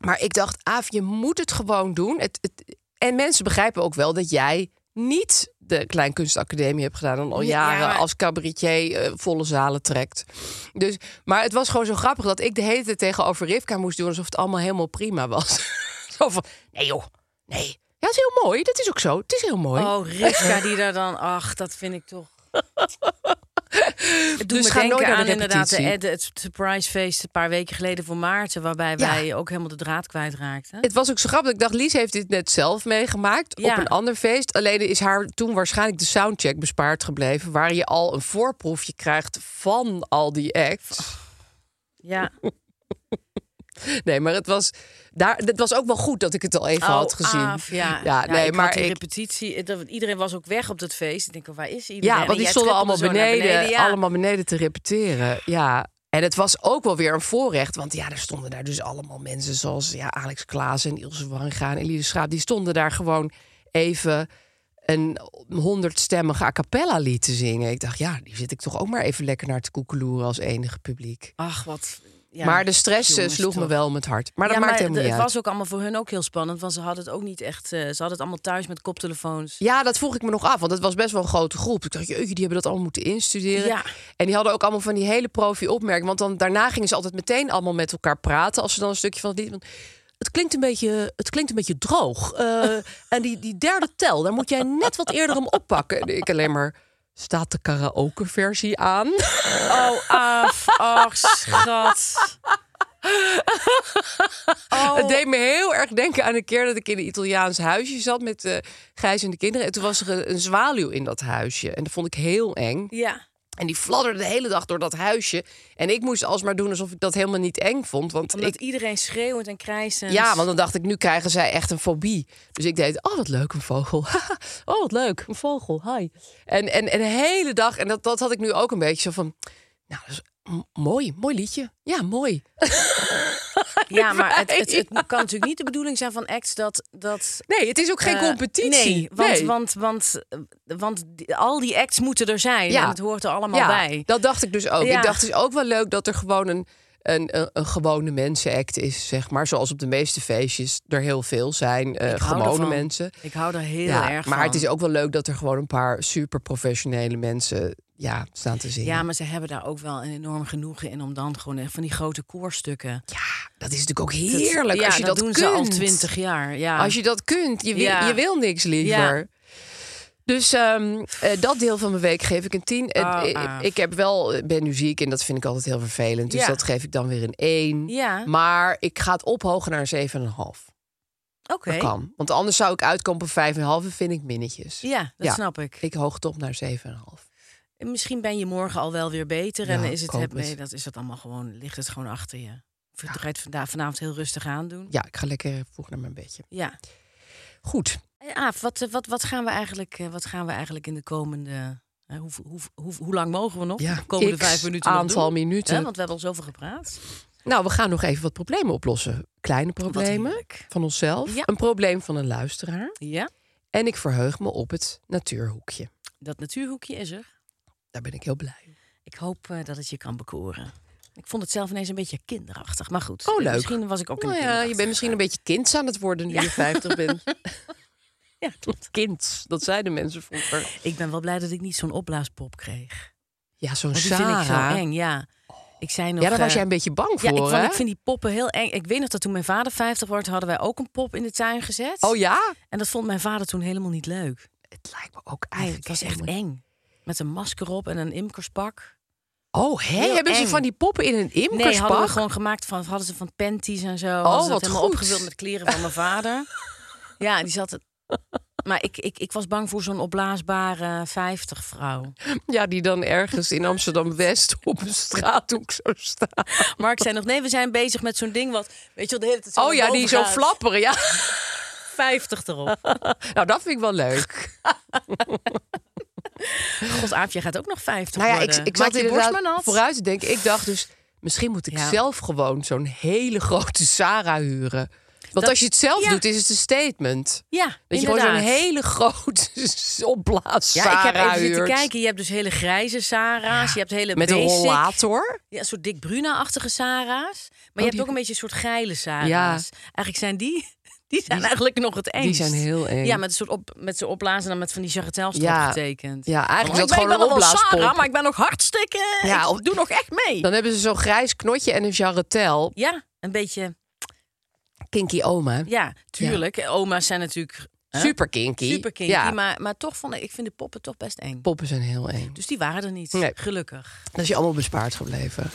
S3: Maar ik dacht, Aaf, je moet het gewoon doen. Het, het, en mensen begrijpen ook wel dat jij niet de Kleinkunstacademie hebt gedaan... en al
S4: Nee,
S3: jaren
S4: ja, maar-
S3: als cabaretier eh, volle zalen trekt. Dus, maar het was gewoon zo grappig dat ik de hele tijd tegenover Rivka moest doen... alsof het allemaal helemaal prima was. zo van, nee joh, nee. Ja, het is heel mooi, dat is ook zo. Het is heel mooi.
S4: Oh, Rivka die daar dan... Ach, dat vind ik toch... Het doet
S3: Dus
S4: me
S3: ga
S4: denken
S3: nooit naar de
S4: aan inderdaad de,
S3: repetitie.
S4: Ed- het surprisefeest een paar weken geleden voor Maarten... waarbij
S3: Ja.
S4: wij ook helemaal de draad kwijtraakten.
S3: Het was ook zo grappig. Ik dacht, Lies heeft dit net zelf meegemaakt
S4: Ja.
S3: op een ander feest. Alleen is haar toen waarschijnlijk de soundcheck bespaard gebleven... waar je al een voorproefje krijgt van al die
S4: Oh.
S3: acts.
S4: Ja.
S3: Nee, maar het was, daar, het was ook wel goed dat ik het al even
S4: Oh,
S3: had gezien.
S4: Aaf, ja.
S3: ja, nee,
S4: ik had
S3: maar
S4: die
S3: ik,
S4: repetitie... eh, dat- Iedereen was ook weg op dat feest. Ik denk, oh, waar is iedereen?
S3: Ja,
S4: En
S3: want die
S4: jij
S3: stonden allemaal
S4: trippelde zo naar
S3: beneden,
S4: ja.
S3: allemaal beneden te repeteren. Ja. En het was ook wel weer een voorrecht, want ja, er stonden daar dus allemaal mensen zoals ja, Alex Klaas en Ilse Warngaan en Liede Schaap. Die stonden daar gewoon even een honderdstemmige a cappella lied te zingen. Ik dacht, ja, die zit ik toch ook maar even lekker naar te koekeloeren als enige publiek.
S4: Ach, wat... ja,
S3: maar de stress eh,
S4: jongens,
S3: sloeg me
S4: toch.
S3: wel om het hart. Maar dat
S4: ja,
S3: maakt
S4: maar
S3: helemaal
S4: de-
S3: niet
S4: het
S3: uit.
S4: was ook allemaal voor hun ook heel spannend, want ze hadden het ook niet echt. eh, ze hadden het allemaal thuis met koptelefoons.
S3: Ja, dat vroeg ik me nog af, want het was best wel een grote groep. Ik dacht, jeetje, die hebben dat allemaal moeten instuderen.
S4: Ja.
S3: En die hadden ook allemaal van die hele profi opmerkingen. Want dan, daarna gingen ze altijd meteen allemaal met elkaar praten... als ze dan een stukje van het lied... Want het klinkt een beetje, het klinkt een beetje droog. Eh, en die, die derde tel, daar moet jij net wat eerder om oppakken. En ik alleen maar, staat de karaoke-versie aan?
S4: Oh, af, ach, schat. Oh.
S3: Het deed me heel erg denken aan een keer dat ik in een Italiaans huisje zat... met eh, Gijs en de kinderen. En toen was er een, een zwaluw in dat huisje. En dat vond ik heel eng.
S4: Ja.
S3: En die fladderde de hele dag door dat huisje. En ik moest alsmaar doen alsof ik dat helemaal niet eng vond. Want
S4: Omdat
S3: ik,
S4: iedereen schreeuwend en krijsend.
S3: ja, want dan dacht ik, nu krijgen zij echt een fobie. Dus ik deed, oh wat leuk, een vogel. oh wat leuk, een vogel, hi. En, en, en de hele dag, en dat, dat had ik nu ook een beetje zo van... Nou, dat is m- mooi, mooi liedje. Ja, mooi.
S4: ja maar het, het, het kan natuurlijk niet de bedoeling zijn van acts dat. dat
S3: Nee, het is ook geen
S4: eh,
S3: competitie.
S4: Nee, want,
S3: Nee.
S4: want, want, eh, want die- al die acts moeten er zijn.
S3: Ja.
S4: En het hoort er allemaal bij.
S3: Dat dacht ik dus ook.
S4: Ja.
S3: Ik dacht het is ook wel leuk dat er gewoon een, een, een, een gewone mensenact is, zeg maar. Zoals op de meeste feestjes er heel veel zijn. eh,
S4: Ik hou
S3: gewone
S4: ervan.
S3: mensen.
S4: Ik hou er heel
S3: ja,
S4: erg
S3: maar
S4: van.
S3: het is ook wel leuk dat er gewoon een paar super professionele mensen ja, staan te zingen.
S4: Ja, maar ze hebben daar ook wel een enorm genoegen in om dan gewoon echt van die grote koorstukken.
S3: dat is natuurlijk ook
S4: Dat-
S3: heerlijk
S4: ja,
S3: als je dat,
S4: doen
S3: kunt.
S4: ze al twintig jaar. Ja.
S3: Als je dat kunt, je wil,
S4: Ja.
S3: je wil niks liever. Dus ehm, eh, dat deel van mijn week geef ik een 10. En,
S4: Oh,
S3: eh,
S4: Aaf.
S3: ik heb wel, ik ben nu ziek en dat vind ik altijd heel vervelend. Dus
S4: Ja.
S3: dat geef ik dan weer een 1.
S4: Ja.
S3: Maar ik ga het ophogen naar een 7,5.
S4: Oké.
S3: Dat kan. Want anders zou ik uitkomen op een 5,5 vind ik minnetjes.
S4: Ja, dat snap ik.
S3: Ik hoog het op naar 7,5.
S4: Misschien ben je morgen al wel weer beter.
S3: Ja,
S4: en is
S3: ik
S4: het,
S3: hoop
S4: heb,
S3: het.
S4: nee, dat is het allemaal gewoon, ligt het gewoon achter je. Of je gaat het vanda- vanavond heel rustig aandoen.
S3: Ja, ik ga lekker vroeg naar mijn bedje.
S4: Ja.
S3: Goed.
S4: Eh, Aaf, wat, eh, wat, wat, gaan we eigenlijk, eh, wat gaan we eigenlijk in de komende... eh, hoe, hoe, hoe, hoe lang mogen we nog?
S3: Ja,
S4: de komende
S3: x
S4: vijf minuten nog
S3: aantal
S4: doen?
S3: minuten.
S4: Hè, want we hebben al zoveel gepraat.
S3: Nou, we gaan nog even wat problemen oplossen. Kleine problemen
S4: heerlijk.
S3: van onszelf.
S4: Ja.
S3: Een probleem van een luisteraar.
S4: Ja,
S3: En ik verheug me op het natuurhoekje.
S4: dat natuurhoekje is er.
S3: Daar ben ik heel blij.
S4: Ik hoop eh, dat het je kan bekoren. Ik vond het zelf ineens een beetje kinderachtig. Maar goed,
S3: Oh, leuk.
S4: misschien was ik ook een
S3: Nou ja, je
S4: kinderachtige.
S3: bent misschien een beetje kind aan het worden nu je 50 bent.
S4: Ja, klopt.
S3: Kind, dat zeiden mensen vroeger.
S4: Ik ben wel blij dat ik niet zo'n opblaaspop kreeg.
S3: Ja, zo'n
S4: Want die vind ik zo
S3: Sarah.
S4: eng, ja. Ik zei nog,
S3: Ja, daar was
S4: eh,
S3: jij een beetje bang
S4: ja,
S3: voor,
S4: ik, vond-
S3: hè?
S4: ik vind die poppen heel eng. Ik weet nog dat toen mijn vader 50 wordt, hadden wij ook een pop in de tuin gezet.
S3: Oh ja?
S4: En dat vond mijn vader toen helemaal niet leuk.
S3: Het lijkt me ook
S4: Nee, het
S3: eigenlijk...
S4: was echt
S3: helemaal-
S4: eng. Met een masker op en een imkerspak.
S3: Oh, hè?
S4: Heel
S3: Hebben ze
S4: eng.
S3: van die poppen in een imkerspak?
S4: Nee, hadden we gewoon gemaakt van, hadden ze van panties en zo. hadden ze dat
S3: Oh, wat
S4: helemaal
S3: goed.
S4: opgevuld met kleren van mijn vader. ja, die zat... Maar ik, ik, ik was bang voor zo'n opblaasbare 50 vrouw.
S3: Ja, die dan ergens in Amsterdam-West op een straathoek zou staan.
S4: Mark zei nog, nee, we zijn bezig met zo'n ding wat... Weet je wel, de hele tijd zo
S3: Oh
S4: naar
S3: ja, die
S4: boven
S3: zo
S4: gaat.
S3: flapperen, ja.
S4: 50 erop.
S3: Nou, dat vind ik wel leuk.
S4: God, Aaf, jij gaat ook nog 50
S3: Nou ja, ik,
S4: worden.
S3: ik
S4: Maak
S3: zat
S4: je borst
S3: inderdaad
S4: maar nat.
S3: vooruit te denken. Ik dacht dus, misschien moet ik
S4: Ja.
S3: zelf gewoon zo'n hele grote Sarah huren. Want
S4: Dat-
S3: als je het zelf
S4: ja.
S3: doet, is het een statement.
S4: Ja,
S3: Dat je gewoon
S4: inderdaad.
S3: zo'n hele grote opblaas
S4: Ja,
S3: Sarah
S4: ik heb even
S3: huurt.
S4: zitten kijken. Je hebt dus hele grijze Sarah's. Je hebt hele
S3: Met een
S4: basic,
S3: rollator.
S4: Ja, een soort Dick Bruna-achtige Sarah's. Maar je hebt
S3: Oh, die-
S4: ook een beetje een soort geile Sarah's.
S3: Ja.
S4: Eigenlijk zijn die... Die zijn eigenlijk nog het engst.
S3: zijn heel eng.
S4: Ja, met een soort op, met zo'n opblazen en dan met van die jarretels
S3: Ja.
S4: erop getekend.
S3: Ja, eigenlijk
S4: Van,
S3: is dat
S4: Oh, ik
S3: gewoon
S4: ben- ik ben
S3: een
S4: nog wel
S3: opblaaspop.
S4: Sarah, maar ik ben nog hartstikke...
S3: Ja,
S4: Ja,
S3: of-
S4: doe nog echt mee.
S3: Dan hebben ze zo'n grijs knotje en een jarretel.
S4: Ja, een beetje...
S3: Kinky oma.
S4: Ja, tuurlijk. Oma's zijn natuurlijk... hè?
S3: Super kinky.
S4: Super kinky,
S3: Ja,
S4: maar, maar toch vond ik, ik vind de poppen toch best eng.
S3: poppen zijn heel eng.
S4: Dus die waren er niet,
S3: Nee.
S4: gelukkig.
S3: Dat is je allemaal bespaard gebleven.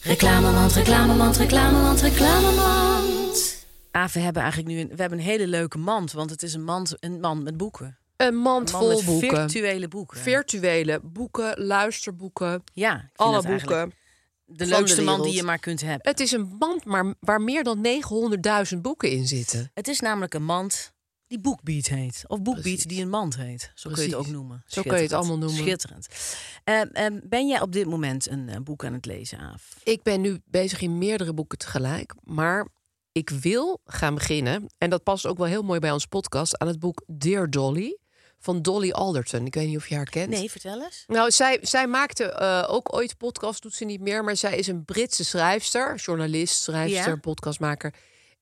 S5: Reclamemand, reclamemand, reclamemand, reclamemand.
S4: Ah, we hebben eigenlijk nu een, we hebben een hele leuke mand, want het is een mand, een man met boeken.
S3: Een mand
S4: Een man
S3: vol
S4: met
S3: boeken.
S4: virtuele boeken.
S3: Virtuele boeken, luisterboeken,
S4: ja, ik vind
S3: alle
S4: dat eigenlijk
S3: boeken.
S4: De
S3: van
S4: leukste
S3: de
S4: man die
S3: wereld.
S4: je maar kunt hebben.
S3: Het is een band maar, waar meer dan 900.000 boeken in zitten.
S4: Het is namelijk een mand die Bookbeat heet. Of Bookbeat
S3: Precies.
S4: die een mand heet. Zo kun je het
S3: Precies.
S4: ook noemen.
S3: Zo kun je het
S4: Schitterend.
S3: allemaal noemen.
S4: Schitterend. Ehm, ehm, ben jij op dit moment een eh, boek aan het lezen, Aaf?
S3: Ik ben nu bezig in meerdere boeken tegelijk, maar ik wil gaan beginnen. En dat past ook wel heel mooi bij ons podcast aan het boek Dear Dolly van Dolly Alderton. Ik weet niet of je haar kent.
S4: Nee, vertel eens.
S3: Nou, zij, zij maakte eh, ook ooit podcast, doet ze niet meer. Maar zij is een Britse schrijfster, journalist, schrijfster,
S4: Ja.
S3: podcastmaker.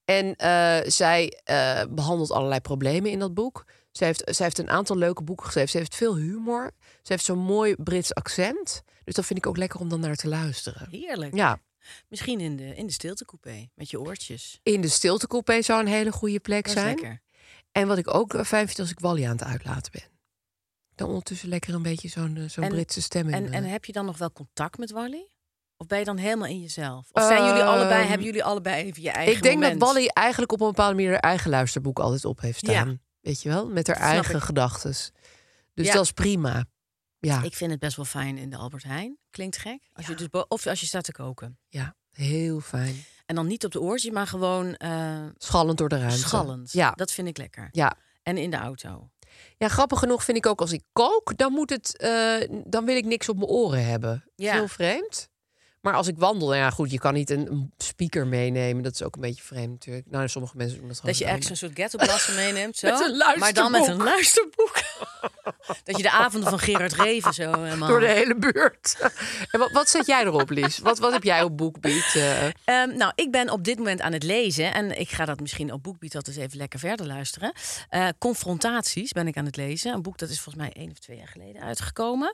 S3: En eh, zij eh, behandelt allerlei problemen in dat boek. Zij heeft, zij heeft een aantal leuke boeken geschreven. Ze heeft veel humor. Ze heeft zo'n mooi Brits accent. Dus dat vind ik ook lekker om dan naar te luisteren.
S4: Heerlijk.
S3: Ja,
S4: Misschien in de, in de stiltecoupé met je oortjes.
S3: in de stiltecoupé zou een hele goede plek
S4: Dat is
S3: zijn.
S4: lekker.
S3: En wat ik ook eh, fijn vind als ik Wally aan het uitlaten ben. Dan ondertussen lekker een beetje zo'n eh, zo'n
S4: En-
S3: Britse stem in.
S4: En,
S3: eh.
S4: en heb je dan nog wel contact met Wally? Of ben je dan helemaal in jezelf? Of zijn jullie allebei,
S3: Ehm,
S4: hebben jullie allebei even je eigen
S3: Ik denk
S4: moment?
S3: dat Wally eigenlijk op een bepaalde manier haar eigen luisterboek altijd op heeft
S4: Ja.
S3: staan. Weet je wel? Met haar
S4: Snap ik.
S3: eigen gedachten. Dus
S4: Ja.
S3: dat is prima. Ja,
S4: Ik vind het best wel fijn in de Albert Heijn. Klinkt gek. Als je dus bo- of als je staat te koken.
S3: ja, heel fijn.
S4: En dan niet op de oortjes, maar gewoon eh,
S3: Schallend door de ruimte.
S4: schallend.
S3: Ja. Oh,
S4: Dat vind ik lekker.
S3: ja.
S4: En in de auto.
S3: Ja, grappig genoeg vind ik ook als ik kook, dan moet het, eh, dan wil ik niks op mijn oren hebben. Dat is
S4: Ja.
S3: Heel vreemd. Maar als ik wandel, nou ja, goed, je kan niet een, een speaker meenemen. Dat is ook een beetje vreemd natuurlijk. Nou, sommige mensen doen dat gewoon.
S4: Dat je
S3: wel,
S4: echt zo'n soort ghetto-blaster meeneemt. Zo.
S3: Met een
S4: Maar dan met een
S3: luisterboek.
S4: luisterboek. Dat je de avonden van Gerard Reven zo helemaal...
S3: Door de hele buurt. En wat, wat zet jij erop, Lies? Wat, wat heb jij op BookBeat? eh?
S4: Ehm, nou, ik ben op dit moment aan het lezen. En ik ga dat misschien op BookBeat dat eens even lekker verder luisteren. Eh, Confrontaties ben ik aan het lezen. Een boek dat is volgens mij één of twee jaar geleden uitgekomen.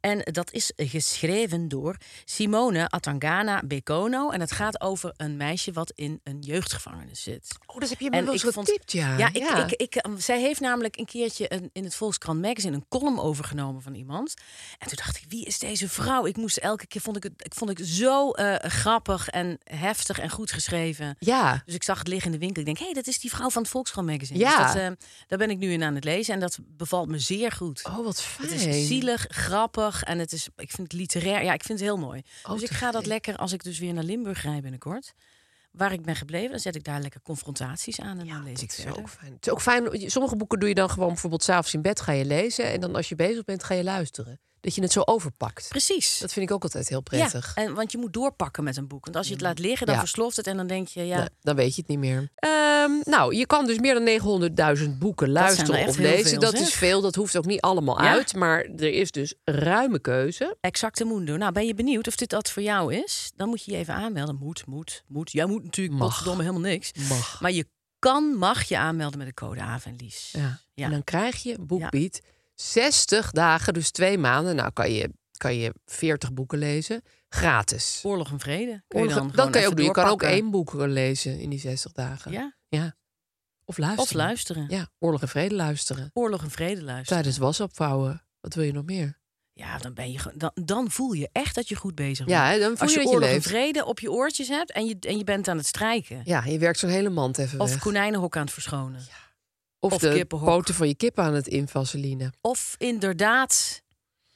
S4: En dat is geschreven door Simone Atangana Bekono. En het gaat over een meisje wat in een jeugdgevangenis zit.
S3: Oh, dat heb je me
S4: En
S3: wel eens
S4: ik vond-
S3: getipt, ja.
S4: Ja, ik, Ik, ik, ehm, zij heeft namelijk een keertje een, in het Volkskrant magazine een column overgenomen van iemand. En toen dacht ik, wie is deze vrouw? Ik moest elke keer, vond ik het, ik vond het zo eh, grappig en heftig en goed geschreven.
S3: ja.
S4: Dus ik zag het liggen in de winkel. Ik denk, hé, hey, dat is die vrouw van het Volkskrant magazine.
S3: Ja.
S4: Dus dat, eh, daar ben ik nu in aan het lezen en dat bevalt me zeer goed.
S3: Oh, wat fijn.
S4: Het is zielig, grappig en het is, ik vind het literair. Ja, ik vind het heel mooi.
S3: Oh,
S4: dus ik
S3: te
S4: ga dat
S3: gek.
S4: lekker als ik dus weer naar Limburg rij binnenkort. Waar ik ben gebleven, dan zet ik daar lekker confrontaties aan en dan lees ik
S3: Het is
S4: verder.
S3: ook fijn. Het is ook fijn. Sommige boeken doe je dan gewoon bijvoorbeeld s'avonds in bed ga je lezen. En dan als je bezig bent ga je luisteren. Dat je het zo overpakt.
S4: Precies.
S3: Dat vind ik ook altijd heel prettig. Mm.
S4: Ja, en, want je moet doorpakken met een boek. Want als je het laat liggen, dan
S3: Ja.
S4: versloft het en dan denk je, ja,
S3: Nou, dan weet je het niet meer. Ehm, nou, je kan dus meer dan 900.000 boeken
S4: zijn
S3: luisteren
S4: er
S3: of
S4: echt heel
S3: lezen.
S4: veel,
S3: dat
S4: zeg.
S3: is veel, dat hoeft ook niet allemaal
S4: Ja.
S3: uit. Maar er is dus ruime keuze.
S4: exacte mundo. Nou, ben je benieuwd of dit dat voor jou is? Dan moet je je even aanmelden. Moet, moet, moet. Jij moet natuurlijk
S3: Mag.
S4: potverdomme helemaal niks.
S3: Mag.
S4: Maar je kan, mag je aanmelden met de code AVNLies.
S3: Ja.
S4: Ja.
S3: En dan krijg je BookBeat 60 dagen, dus twee maanden. Nou, kan je, kan je 40 boeken lezen. Gratis.
S4: Oorlog en vrede. Kun je
S3: Oorlog-
S4: dan
S3: dat
S4: gewoon
S3: kan je
S4: even
S3: ook doen. Je kan ook
S4: doorpakken.
S3: één boek lezen in die 60 dagen.
S4: Ja,
S3: Of luisteren.
S4: of luisteren.
S3: Ja, oorlog en vrede luisteren.
S4: Oorlog en vrede luisteren.
S3: Tijdens wasopvouwen. Wat wil je nog meer?
S4: Ja, dan, ben je, ge- dan, dan voel je echt dat je goed bezig bent.
S3: Ja, hè, dan voel
S4: Als
S3: je
S4: je
S3: dat je
S4: oorlog en
S3: leeft.
S4: vrede op je oortjes hebt en je, en je bent aan het strijken.
S3: Ja, je werkt zo'n hele mand even
S4: Of
S3: weg.
S4: konijnenhok aan het verschonen.
S3: Of,
S4: of
S3: de
S4: kippenhok.
S3: poten van je kip aan het invaseline.
S4: Of inderdaad,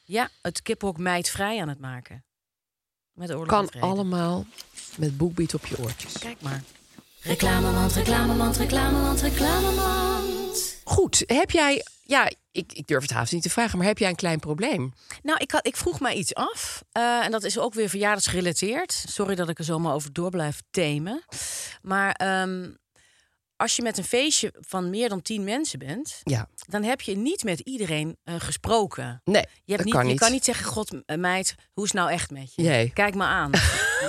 S4: ja, het kippenhok meidvrij aan het maken. Met oorlog en
S3: Kan
S4: vrede.
S3: allemaal met BookBeat op je oortjes.
S4: Kijk maar.
S5: Reclamemand, reclamemand, reclamemand, reclamemand.
S3: Goed, heb jij... Ja, ik, ik durf het haast niet te vragen, maar heb jij een klein probleem?
S4: Nou, ik, had, ik vroeg mij iets af. eh, en dat is ook weer verjaardagsgerelateerd. Sorry dat ik er zomaar over door blijf themen. Maar ehm, als je met een feestje van meer dan tien mensen bent...
S3: Ja.
S4: dan heb je niet met iedereen eh, gesproken.
S3: Nee,
S4: Je, hebt
S3: dat
S4: niet,
S3: kan
S4: je
S3: niet.
S4: kan niet zeggen, god eh, meid, hoe is het nou echt met je?
S3: Nee.
S4: Kijk me aan.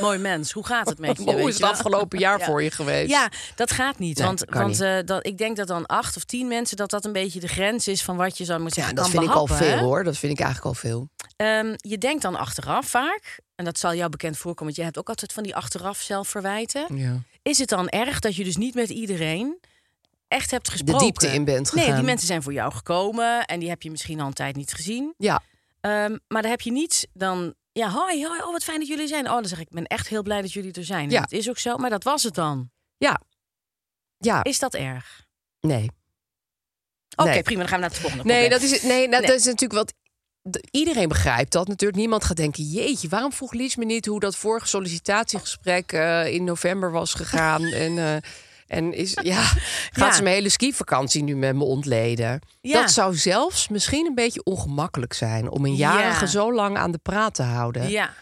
S4: Mooi mens, hoe gaat het met je?
S3: Maar hoe
S4: Weet
S3: is
S4: je
S3: het
S4: wel?
S3: afgelopen jaar
S4: Ja.
S3: voor je geweest?
S4: Ja, dat gaat niet.
S3: Nee,
S4: want
S3: dat kan
S4: want
S3: niet.
S4: eh, dat, ik denk dat dan acht of tien mensen... dat dat een beetje de grens is van wat je zou moeten
S3: Ja,
S4: zeggen.
S3: dat
S4: kan
S3: vind ik al
S4: behappen, hè?
S3: veel hoor. Dat vind ik eigenlijk al veel.
S4: Ehm, je denkt dan achteraf vaak... en dat zal jou bekend voorkomen... want je hebt ook altijd van die achteraf zelfverwijten.
S3: Ja.
S4: Is het dan erg dat je dus niet met iedereen... echt hebt gesproken?
S3: diepte in bent
S4: Nee, die
S3: gegaan.
S4: mensen zijn voor jou gekomen... en die heb je misschien al een tijd niet gezien.
S3: Ja,
S4: Ehm, maar dan heb je niets dan... Ja, hoi, hoi, oh, wat fijn dat jullie er zijn. Oh, dan zeg ik, ik ben echt heel blij dat jullie er zijn. En
S3: Ja.
S4: Dat is ook zo, maar dat was het dan.
S3: ja. ja.
S4: Is dat erg?
S3: Nee.
S4: Oké,
S3: Nee.
S4: prima, dan gaan we naar het volgende
S3: Nee,
S4: probleem.
S3: dat is, nee, dat
S4: Nee.
S3: is natuurlijk wat. d- Iedereen begrijpt dat natuurlijk. Niemand gaat denken: jeetje, waarom vroeg Lies me niet hoe dat vorige sollicitatiegesprek eh, in november was gegaan? en, eh, en is, ja, gaat
S4: Ja.
S3: ze mijn hele skivakantie nu met me ontleden?
S4: Ja.
S3: Dat zou zelfs misschien een beetje ongemakkelijk zijn om een jarige
S4: Ja.
S3: zo lang aan de praat te houden.
S4: Ja,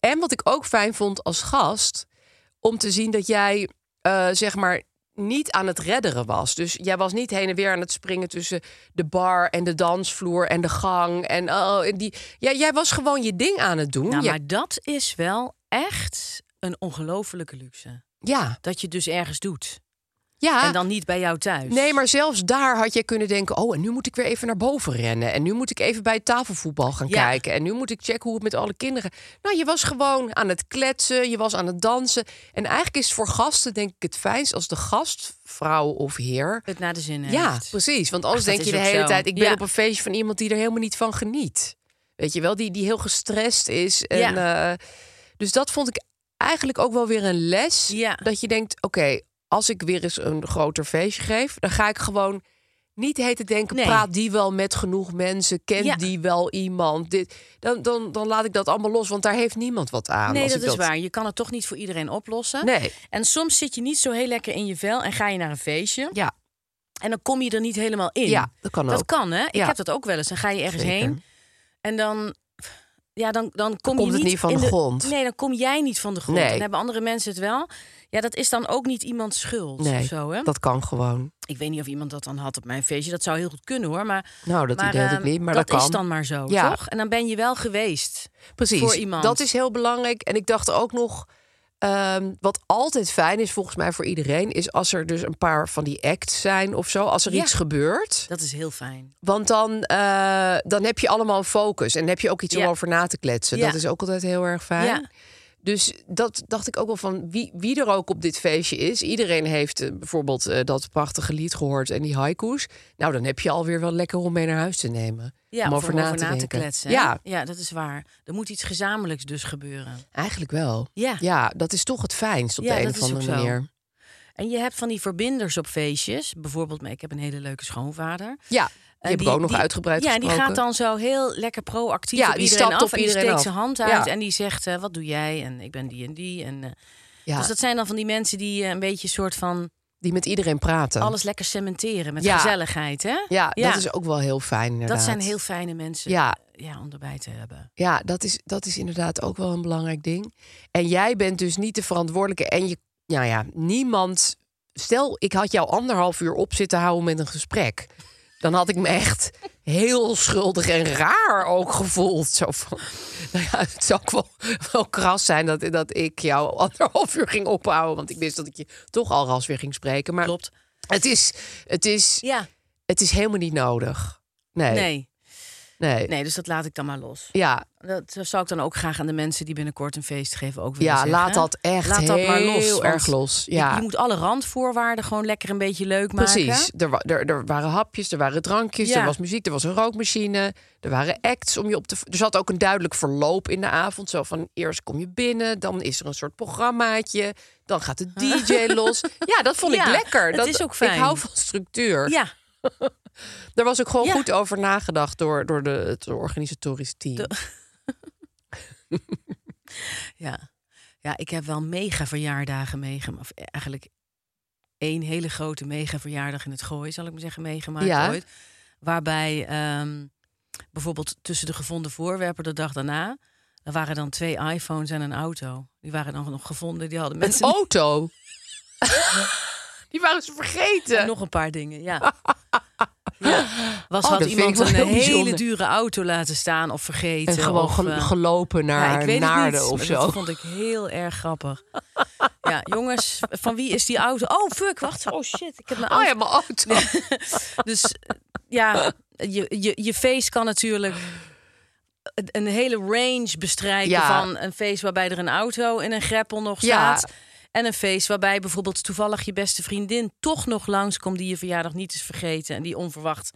S3: En wat ik ook fijn vond als gast, om te zien dat jij, eh, zeg maar, niet aan het redderen was. Dus jij was niet heen en weer aan het springen tussen de bar en de dansvloer en de gang. En oh, en die... ja, jij was gewoon je ding aan het doen.
S4: nou,
S3: Ja-
S4: maar dat is wel echt een ongelofelijke luxe.
S3: Ja,
S4: Dat je dus ergens doet.
S3: ja.
S4: En dan niet bij jou thuis.
S3: Ah. Nee, maar zelfs daar had jij kunnen denken: oh, en nu moet ik weer even naar boven rennen. En nu moet ik even bij het tafelvoetbal gaan
S4: Ja.
S3: kijken. En nu moet ik checken hoe het met alle kinderen. Nou, je was gewoon aan het kletsen, je was aan het dansen. En eigenlijk is het voor gasten, denk ik, het fijnst als de gastvrouw of heer.
S4: Het naar de zin
S3: Ja,
S4: heeft.
S3: precies. Want anders
S4: Ach, dat
S3: denk je de
S4: is ook
S3: hele
S4: zo.
S3: tijd: ik ben
S4: Ja.
S3: op een feestje van iemand die er helemaal niet van geniet. Weet je wel, die, die heel gestrest is. En, eh, dus dat vond ik eigenlijk ook wel weer een les.
S4: Ja.
S3: Dat je denkt: oké, als ik weer eens een groter feestje geef, dan ga ik gewoon niet heten denken:
S4: Nee.
S3: praat die wel met genoeg mensen? Kent
S4: Ja.
S3: die wel iemand? Dit, dan, dan, dan laat ik dat allemaal los, want daar heeft niemand wat aan.
S4: Nee,
S3: als
S4: dat
S3: ik
S4: is waar. Je kan het toch niet voor iedereen oplossen.
S3: Nee.
S4: En soms zit je niet zo heel lekker in je vel en ga je naar een feestje.
S3: Ja,
S4: En dan kom je er niet helemaal in.
S3: Ja, dat kan
S4: Dat
S3: ook.
S4: kan, hè? Ik
S3: Ja.
S4: heb dat ook wel eens. Dan ga je ergens
S3: Zeker.
S4: heen en dan... ja, dan, dan kom
S3: komt
S4: je
S3: het
S4: niet
S3: niet van
S4: in
S3: de grond.
S4: Nee, dan kom jij niet van de grond.
S3: Nee.
S4: En Dan hebben andere mensen het wel. Ja, dat is dan ook niet iemands schuld.
S3: Nee,
S4: of zo, hè?
S3: dat kan gewoon.
S4: Ik weet niet of iemand dat dan had op mijn feestje. Dat zou heel goed kunnen hoor. Maar,
S3: Nou, dat
S4: maar,
S3: idee had ik
S4: ehm,
S3: niet, maar
S4: dat,
S3: dat, kan.
S4: is dan maar zo,
S3: Ja.
S4: toch? En dan ben je wel geweest.
S3: Precies,
S4: voor iemand.
S3: dat is heel belangrijk. En ik dacht ook nog, ehm, wat altijd fijn is volgens mij voor iedereen... is als er dus een paar van die acts zijn of zo, als er
S4: Ja.
S3: iets gebeurt.
S4: Dat is heel fijn.
S3: Want dan, eh, dan heb je allemaal een focus en heb je ook iets
S4: Ja.
S3: om over na te kletsen.
S4: Ja.
S3: Dat is ook altijd heel erg fijn.
S4: Ja.
S3: Dus dat dacht ik ook wel van wie, wie er ook op dit feestje is. Iedereen heeft eh, bijvoorbeeld eh, dat prachtige lied gehoord en die haiku's. Nou, dan heb je alweer wel lekker om mee naar huis te nemen.
S4: Ja,
S3: om
S4: of
S3: over, na, te denken.
S4: kletsen. hè?
S3: Ja,
S4: ja, dat is waar. Er moet iets gezamenlijks dus gebeuren.
S3: eigenlijk wel.
S4: Ja.
S3: dat is toch het fijnst op
S4: Ja,
S3: de een
S4: dat
S3: of
S4: is
S3: andere
S4: ook zo.
S3: manier.
S4: En je hebt van die verbinders op feestjes. Bijvoorbeeld, ik heb een hele leuke schoonvader.
S3: Ja, die
S4: En
S3: heb ik ook nog uitgebreid
S4: Ja, en Eh, die gaat
S3: gesproken.
S4: dan zo heel lekker proactief
S3: Ja,
S4: op
S3: die
S4: iedereen
S3: stapt
S4: af.
S3: op
S4: en die
S3: iedereen
S4: steekt
S3: af.
S4: zijn hand
S3: Ja.
S4: uit en die zegt, eh, wat doe jij? En ik ben die en die. En, eh,
S3: Ja,
S4: Dus dat zijn dan van die mensen die eh, een beetje soort van
S3: die met iedereen praten.
S4: alles lekker cementeren met
S3: Ja.
S4: gezelligheid. Hè?
S3: Ja, dat is ook wel heel fijn inderdaad.
S4: dat zijn heel fijne mensen
S3: Ja.
S4: Ja, om erbij te hebben.
S3: Ja, dat is, dat is inderdaad ook wel een belangrijk ding. En jij bent dus niet de verantwoordelijke. En je, nou ja, niemand. Stel, ik had jou anderhalf uur op zitten houden met een gesprek. Dan had ik me echt heel schuldig en raar ook gevoeld. Zo van, nou ja, het zou ook wel, wel kras zijn dat, dat ik jou anderhalf uur ging ophouden. Want ik wist dat ik je toch al ras weer ging spreken. Maar
S4: Klopt.
S3: Het, is, het, is,
S4: Ja,
S3: het is helemaal niet nodig. Nee. Nee.
S4: nee. Nee, dus dat laat ik dan maar los.
S3: Ja,
S4: Dat zou ik dan ook graag aan de mensen die binnenkort een feest geven ook willen
S3: Ja,
S4: zeggen.
S3: laat dat echt
S4: laat dat maar los,
S3: heel
S4: want
S3: erg los. Ja,
S4: Je moet alle randvoorwaarden gewoon lekker een beetje leuk maken.
S3: precies. Er, wa- er, er waren hapjes, er waren drankjes,
S4: Ja.
S3: er was muziek, er was een rookmachine, er waren acts om je op te. v- Er zat ook een duidelijk verloop in de avond. Zo van eerst kom je binnen, dan is er een soort programmaatje, dan gaat de DJ los. Ja, dat vond ik
S4: Ja,
S3: lekker.
S4: het
S3: dat
S4: is ook
S3: Ik
S4: fijn.
S3: hou van structuur.
S4: Ja,
S3: Daar was ook gewoon
S4: Ja.
S3: goed over nagedacht door, door de, het organisatorische team.
S4: ja. ja, ik heb wel mega verjaardagen meegemaakt. Of eigenlijk één hele grote mega verjaardag in het gooi, zal ik maar zeggen, meegemaakt
S3: Ja.
S4: ooit. Waarbij ehm, bijvoorbeeld tussen de gevonden voorwerpen de dag daarna... Er waren dan twee iPhones en een auto. Die waren dan nog gevonden. Die hadden
S3: Een
S4: mensen
S3: auto. Die waren ze vergeten.
S4: En nog een paar dingen, ja. ja. Was
S3: Oh,
S4: had
S3: dat vind ik
S4: iemand
S3: wel
S4: een
S3: heel
S4: hele
S3: bijzonder.
S4: dure auto laten staan of vergeten.
S3: En gewoon
S4: of,
S3: gel-
S4: eh,
S3: gelopen naar
S4: ja, ik weet het
S3: Naarden
S4: niet,
S3: of
S4: maar
S3: zo.
S4: Dat vond ik heel erg grappig. Ja, jongens, van wie is die auto? Oh, fuck, wacht. Oh, shit, ik heb mijn
S3: Oh
S4: auto.
S3: ja, mijn auto.
S4: Dus ja, je, je, je feest kan natuurlijk een- een hele range bestrijken
S3: Ja.
S4: van een feest waarbij er een auto in een greppel nog
S3: Ja.
S4: staat. En een feest waarbij bijvoorbeeld toevallig je beste vriendin toch nog langskomt die je verjaardag niet is vergeten. En die onverwacht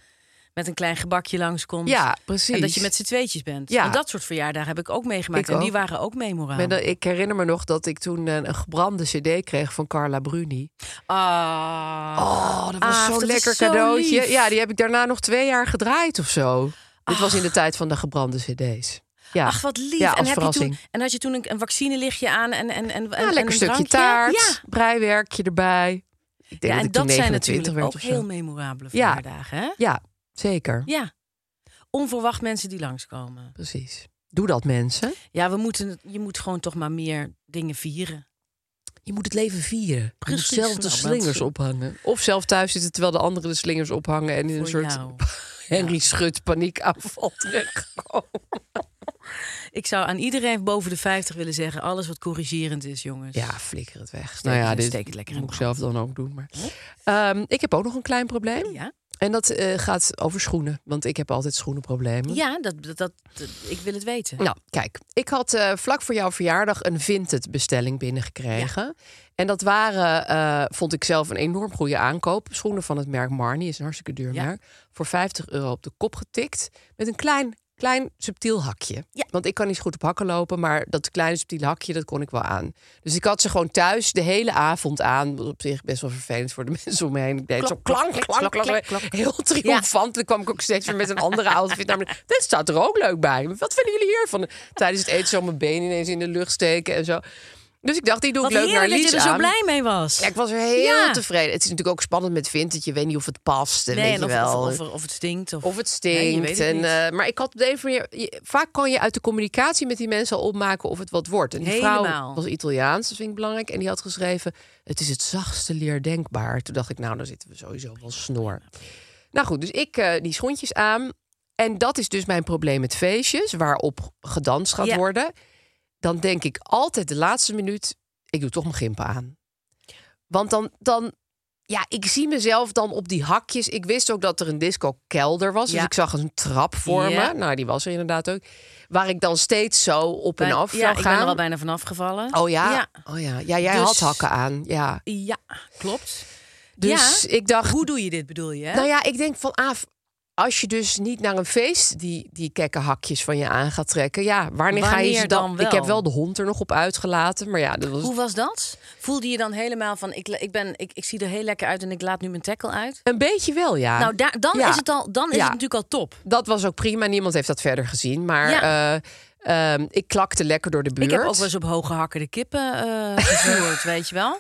S4: met een klein gebakje langskomt.
S3: Ja, precies.
S4: En dat je met z'n tweetjes bent.
S3: Ja.
S4: En dat soort verjaardagen heb ik ook meegemaakt.
S3: Ik
S4: en die
S3: ook.
S4: waren ook memorabel.
S3: Met een- ik herinner me nog dat ik toen een, een gebrande cd kreeg van Carla Bruni.
S4: Ah.
S3: Oh, dat was
S4: Ach, dat
S3: zo'n
S4: is
S3: lekker
S4: zo
S3: cadeautje.
S4: lief.
S3: Ja, die heb ik daarna nog twee jaar gedraaid of zo. Dit was in de tijd van de gebrande cd's. Ja.
S4: Ah. Ach, wat lief.
S3: Ja, als
S4: en, heb je
S3: verrassing.
S4: toen, en had je toen een, een vaccinelichtje aan en, en, en,
S3: Ja,
S4: en, en
S3: lekker
S4: een
S3: stukje
S4: drankje?
S3: taart,
S4: Ja.
S3: breiwerkje erbij. Ik denk
S4: Ja, en
S3: ik toen
S4: dat zijn
S3: 29
S4: natuurlijk
S3: werd
S4: ook
S3: of zo.
S4: heel memorabele
S3: Ja.
S4: verjaardagen, hè?
S3: Ja, zeker.
S4: Ja. Onverwacht mensen die langskomen.
S3: Precies. Doe dat, mensen.
S4: Ja, we moeten, het- je moet gewoon toch maar meer dingen vieren.
S3: Je moet het leven vieren.
S4: Precies.
S3: Je moet zelf
S4: Nou,
S3: de
S4: mensen.
S3: slingers ophangen. Of zelf thuis zitten terwijl de anderen de slingers ophangen... en in een
S4: Voor
S3: soort
S4: jou.
S3: Henry Schut paniekaanval terechtkomen.
S4: Ik zou aan iedereen boven de 50 willen zeggen: alles wat corrigerend is, jongens.
S3: Ja, flikker het weg.
S4: Steek-
S3: nou ja, dit
S4: steek het lekker in
S3: moet ik
S4: brand.
S3: zelf dan ook doen. Maar. Ehm, ik heb ook nog een klein probleem.
S4: Ja,
S3: En dat eh, gaat over schoenen. Want ik heb altijd schoenenproblemen.
S4: ja dat, dat, dat- dat- ik wil het weten.
S3: Nou, kijk, Hm? ik had eh, vlak voor jouw verjaardag een Vinted bestelling binnengekregen. En dat waren, eh, vond ik zelf een enorm goede aankoop. Schoenen van het merk Marni, is een hartstikke duur
S4: Ja.
S3: merk. Voor 50 euro op de kop getikt. Met een klein, klein subtiel hakje.
S4: Ja.
S3: Want ik kan niet zo goed op hakken lopen, maar dat kleine subtiele hakje, dat kon ik wel aan. Dus ik had ze gewoon thuis de hele avond aan. Wat op zich best wel vervelend voor de mensen om me heen. Ik deed zo klank, klank, klank, klank, Heel triomfantelijk kwam ik ook steeds weer met een andere outfit. Namelijk, dit staat er ook leuk bij. Wat vinden jullie hiervan? Tijdens het eten zo mijn been ineens in de lucht steken en zo. Dus ik dacht, die doe
S4: Wat
S3: ik leuk naar
S4: heerlijk dat
S3: Lies
S4: je er
S3: aan.
S4: zo blij mee was.
S3: Ja, ik was er heel
S4: Ja.
S3: tevreden. Het is natuurlijk ook spannend met vintage. Je weet niet of het past. En
S4: nee,
S3: weet
S4: en
S3: je
S4: of,
S3: wel.
S4: Of, of, of het stinkt. Of,
S3: Of het
S4: Nee, je
S3: stinkt.
S4: weet het
S3: en,
S4: niet.
S3: eh, maar ik had op de een of andere manier... je- Vaak kan je uit de communicatie met die mensen al opmaken of het wat wordt. En die vrouw
S4: Helemaal.
S3: was Italiaans, dat vind ik belangrijk. En die had geschreven, het is het zachtste leer denkbaar. Toen dacht ik, nou, dan zitten we sowieso wel snor. Nou goed, dus ik eh, die schoentjes aan. En dat is dus mijn probleem met feestjes, waarop gedanst gaat
S4: Ja.
S3: worden. Dan denk ik altijd de laatste minuut, ik doe toch mijn gimpen aan. Want dan, dan, ja, ik zie mezelf dan op die hakjes. Ik wist ook dat er een disco-kelder was. Dus
S4: Ja.
S3: ik zag een trap voor
S4: Ja.
S3: me. Nou, die was er inderdaad ook. Waar ik dan steeds zo op en
S4: Bij-
S3: af
S4: ja,
S3: zou
S4: ik
S3: gaan.
S4: ben er al bijna vanaf gevallen.
S3: Oh ja?
S4: Ja,
S3: Oh ja. Ja, jij
S4: Dus-
S3: had hakken aan. Ja.
S4: Ja, klopt.
S3: Dus
S4: Ja.
S3: ik dacht,
S4: Hoe doe je dit, bedoel je? hè?
S3: nou ja, ik denk van af. Als je dus niet naar een feest die, die kekke hakjes van je aan gaat trekken, ja, wanneer, ga je
S4: Wanneer
S3: ze dan?
S4: dan wel?
S3: Ik heb wel de hond er nog op uitgelaten, maar ja, dat was
S4: Hoe was dat? Voelde je dan helemaal van, ik, le- ik, ben, ik, ik zie er heel lekker uit en ik laat nu mijn tackle uit?
S3: een beetje wel, ja.
S4: Nou, daar, dan
S3: Ja.
S4: is, het, al, dan is
S3: Ja.
S4: het natuurlijk al top.
S3: dat was ook prima. Niemand heeft dat verder gezien, maar
S4: Ja.
S3: eh, ehm, ik klakte lekker door de buurt.
S4: Ik heb ook wel eens op hoge hakken de kippen eh gevoerd, weet je wel?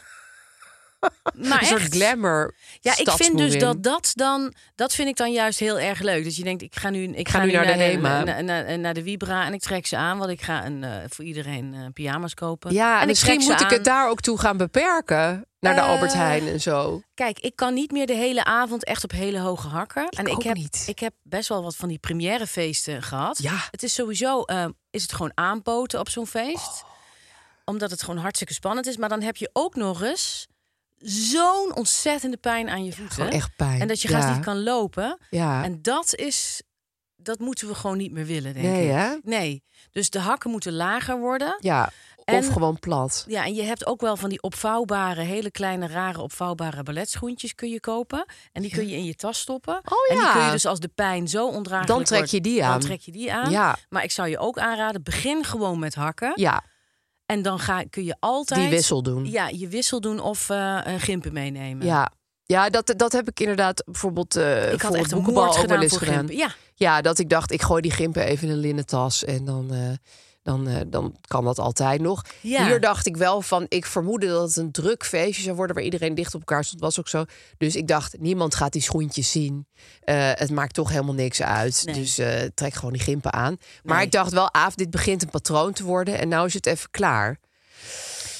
S4: Maar
S3: een soort
S4: echt.
S3: glamour.
S4: Ja, ik vind dus
S3: stadsboerin.
S4: dat dat dan, dat vind ik dan juist heel erg leuk. Dat je denkt, ik ga nu, ik ga
S3: nu naar de Hema.
S4: Naar, naar- naar de Vibra en ik trek ze aan, want ik ga een, eh, voor iedereen eh, pyjama's kopen.
S3: Ja, en
S4: en ik
S3: misschien
S4: trek ze
S3: moet ik
S4: aan.
S3: het daar ook toe gaan beperken naar de
S4: Eh,
S3: Albert Heijn en zo.
S4: Kijk, ik kan niet meer de hele avond echt op hele hoge hakken. en ik
S3: ook
S4: heb,
S3: niet.
S4: ik heb best wel wat van die premièrefeesten gehad.
S3: Ja.
S4: Het is sowieso, eh, is het gewoon aanpoten op zo'n
S3: Oh.
S4: feest. Omdat het gewoon hartstikke spannend is. Maar dan heb je ook nog eens zo'n ontzettende pijn aan je voeten.
S3: Gewoon echt pijn.
S4: En dat je
S3: ja.
S4: gaast niet kan lopen.
S3: Ja.
S4: En dat is, dat moeten we gewoon niet meer willen, denk
S3: Nee,
S4: ik.
S3: hè?
S4: Nee, dus de hakken moeten lager worden.
S3: Ja.
S4: En-
S3: Of gewoon plat.
S4: Ja, en je hebt ook wel van die opvouwbare, hele kleine, rare opvouwbare balletschoentjes kun je kopen. En die kun je in je tas stoppen.
S3: Oh
S4: En die kun
S3: ja.
S4: je dus als de pijn zo ondraaglijk
S3: Dan trek je
S4: wordt,
S3: die aan.
S4: Dan trek je die aan.
S3: Ja.
S4: Maar ik zou je ook aanraden, begin gewoon met hakken.
S3: Ja,
S4: En dan ga, kun je altijd...
S3: die wissel doen.
S4: Ja, je wissel doen of eh, een gimpen meenemen.
S3: Ja, ja dat, dat heb ik inderdaad bijvoorbeeld eh
S4: Ik had
S3: voor
S4: echt een
S3: boekenbal ook
S4: moord
S3: wel
S4: gedaan
S3: eens
S4: voor
S3: gedaan.
S4: gimpen. Ja,
S3: Ja, dat ik dacht, ik gooi die gimpen even in een linnen tas en dan, eh, dan, eh, dan kan dat altijd nog.
S4: Ja.
S3: Hier dacht ik wel van, ik vermoedde dat het een druk feestje zou worden waar iedereen dicht op elkaar stond, was ook zo. Dus ik dacht, niemand gaat die schoentjes zien. Eh, het maakt toch helemaal niks uit.
S4: Nee.
S3: Dus eh, trek gewoon die gimpen aan. Maar
S4: Nee.
S3: ik dacht wel, Aaf, dit begint een patroon te worden en nou is het even klaar.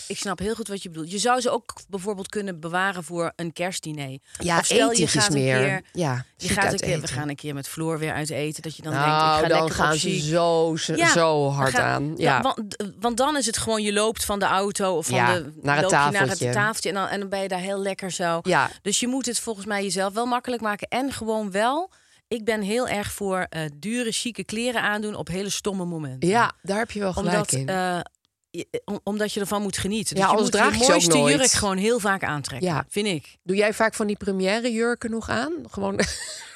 S4: ik snap heel goed wat je bedoelt. Je zou ze ook bijvoorbeeld kunnen bewaren voor een kerstdiner.
S3: Ja,
S4: of stel je
S3: etentjes
S4: gaat een
S3: meer.
S4: keer...
S3: ja,
S4: Je
S3: chic
S4: gaat een
S3: uit
S4: keer, we
S3: eten.
S4: gaan een keer met Floor weer uit eten. Dat je dan denkt,
S3: nou,
S4: ik ga
S3: dan
S4: lekker
S3: gaan
S4: op
S3: ze
S4: chic.
S3: zo, zo,
S4: Ja,
S3: zo hard
S4: we gaan-
S3: aan.
S4: da-
S3: Ja.
S4: want, want dan is het gewoon, je loopt van de auto of van
S3: Ja,
S4: de,
S3: naar het
S4: loop je naar
S3: tafeltje.
S4: het tafeltje. En dan, en dan ben je daar heel lekker zo.
S3: Ja.
S4: Dus je moet het volgens mij jezelf wel makkelijk maken. En gewoon wel, ik ben heel erg voor eh, dure, chique kleren aandoen op hele stomme momenten.
S3: ja, daar heb je wel gelijk
S4: Omdat,
S3: in.
S4: eh, je- om- omdat je ervan moet genieten.
S3: Ja,
S4: dus je
S3: anders
S4: moet
S3: draag je
S4: je
S3: ze ook
S4: mooiste
S3: nooit.
S4: jurk gewoon heel vaak aantrekken,
S3: Ja.
S4: vind ik.
S3: Doe jij vaak van die première jurken nog aan? Gewoon.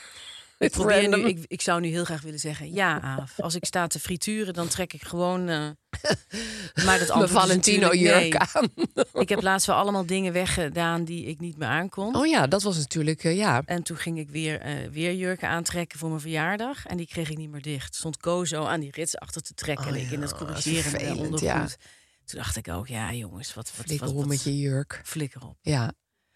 S4: Ik, probeer nu,
S3: Random.
S4: ik, ik zou nu heel graag willen zeggen, ja Aaf, als ik sta te frituren, dan trek ik gewoon... eh, maar dat
S3: mijn
S4: antwoord is
S3: Valentino
S4: natuurlijk nee.
S3: jurk aan.
S4: Ik heb laatst wel allemaal dingen weggedaan die ik niet meer aankon.
S3: Oh ja, dat was natuurlijk eh, ja.
S4: En toen ging ik weer, eh, weer jurken aantrekken voor mijn verjaardag. En die kreeg ik niet meer dicht. Stond Kozo aan die rits achter te trekken.
S3: Oh
S4: en ik in
S3: ja,
S4: dat
S3: wat
S4: corrigerende
S3: vervelend,
S4: ondergoed.
S3: ja.
S4: Toen dacht ik ook, ja jongens, wat... wat,
S3: Flikker
S4: wat,
S3: om
S4: wat-
S3: met je jurk.
S4: flikker op.
S3: Ja.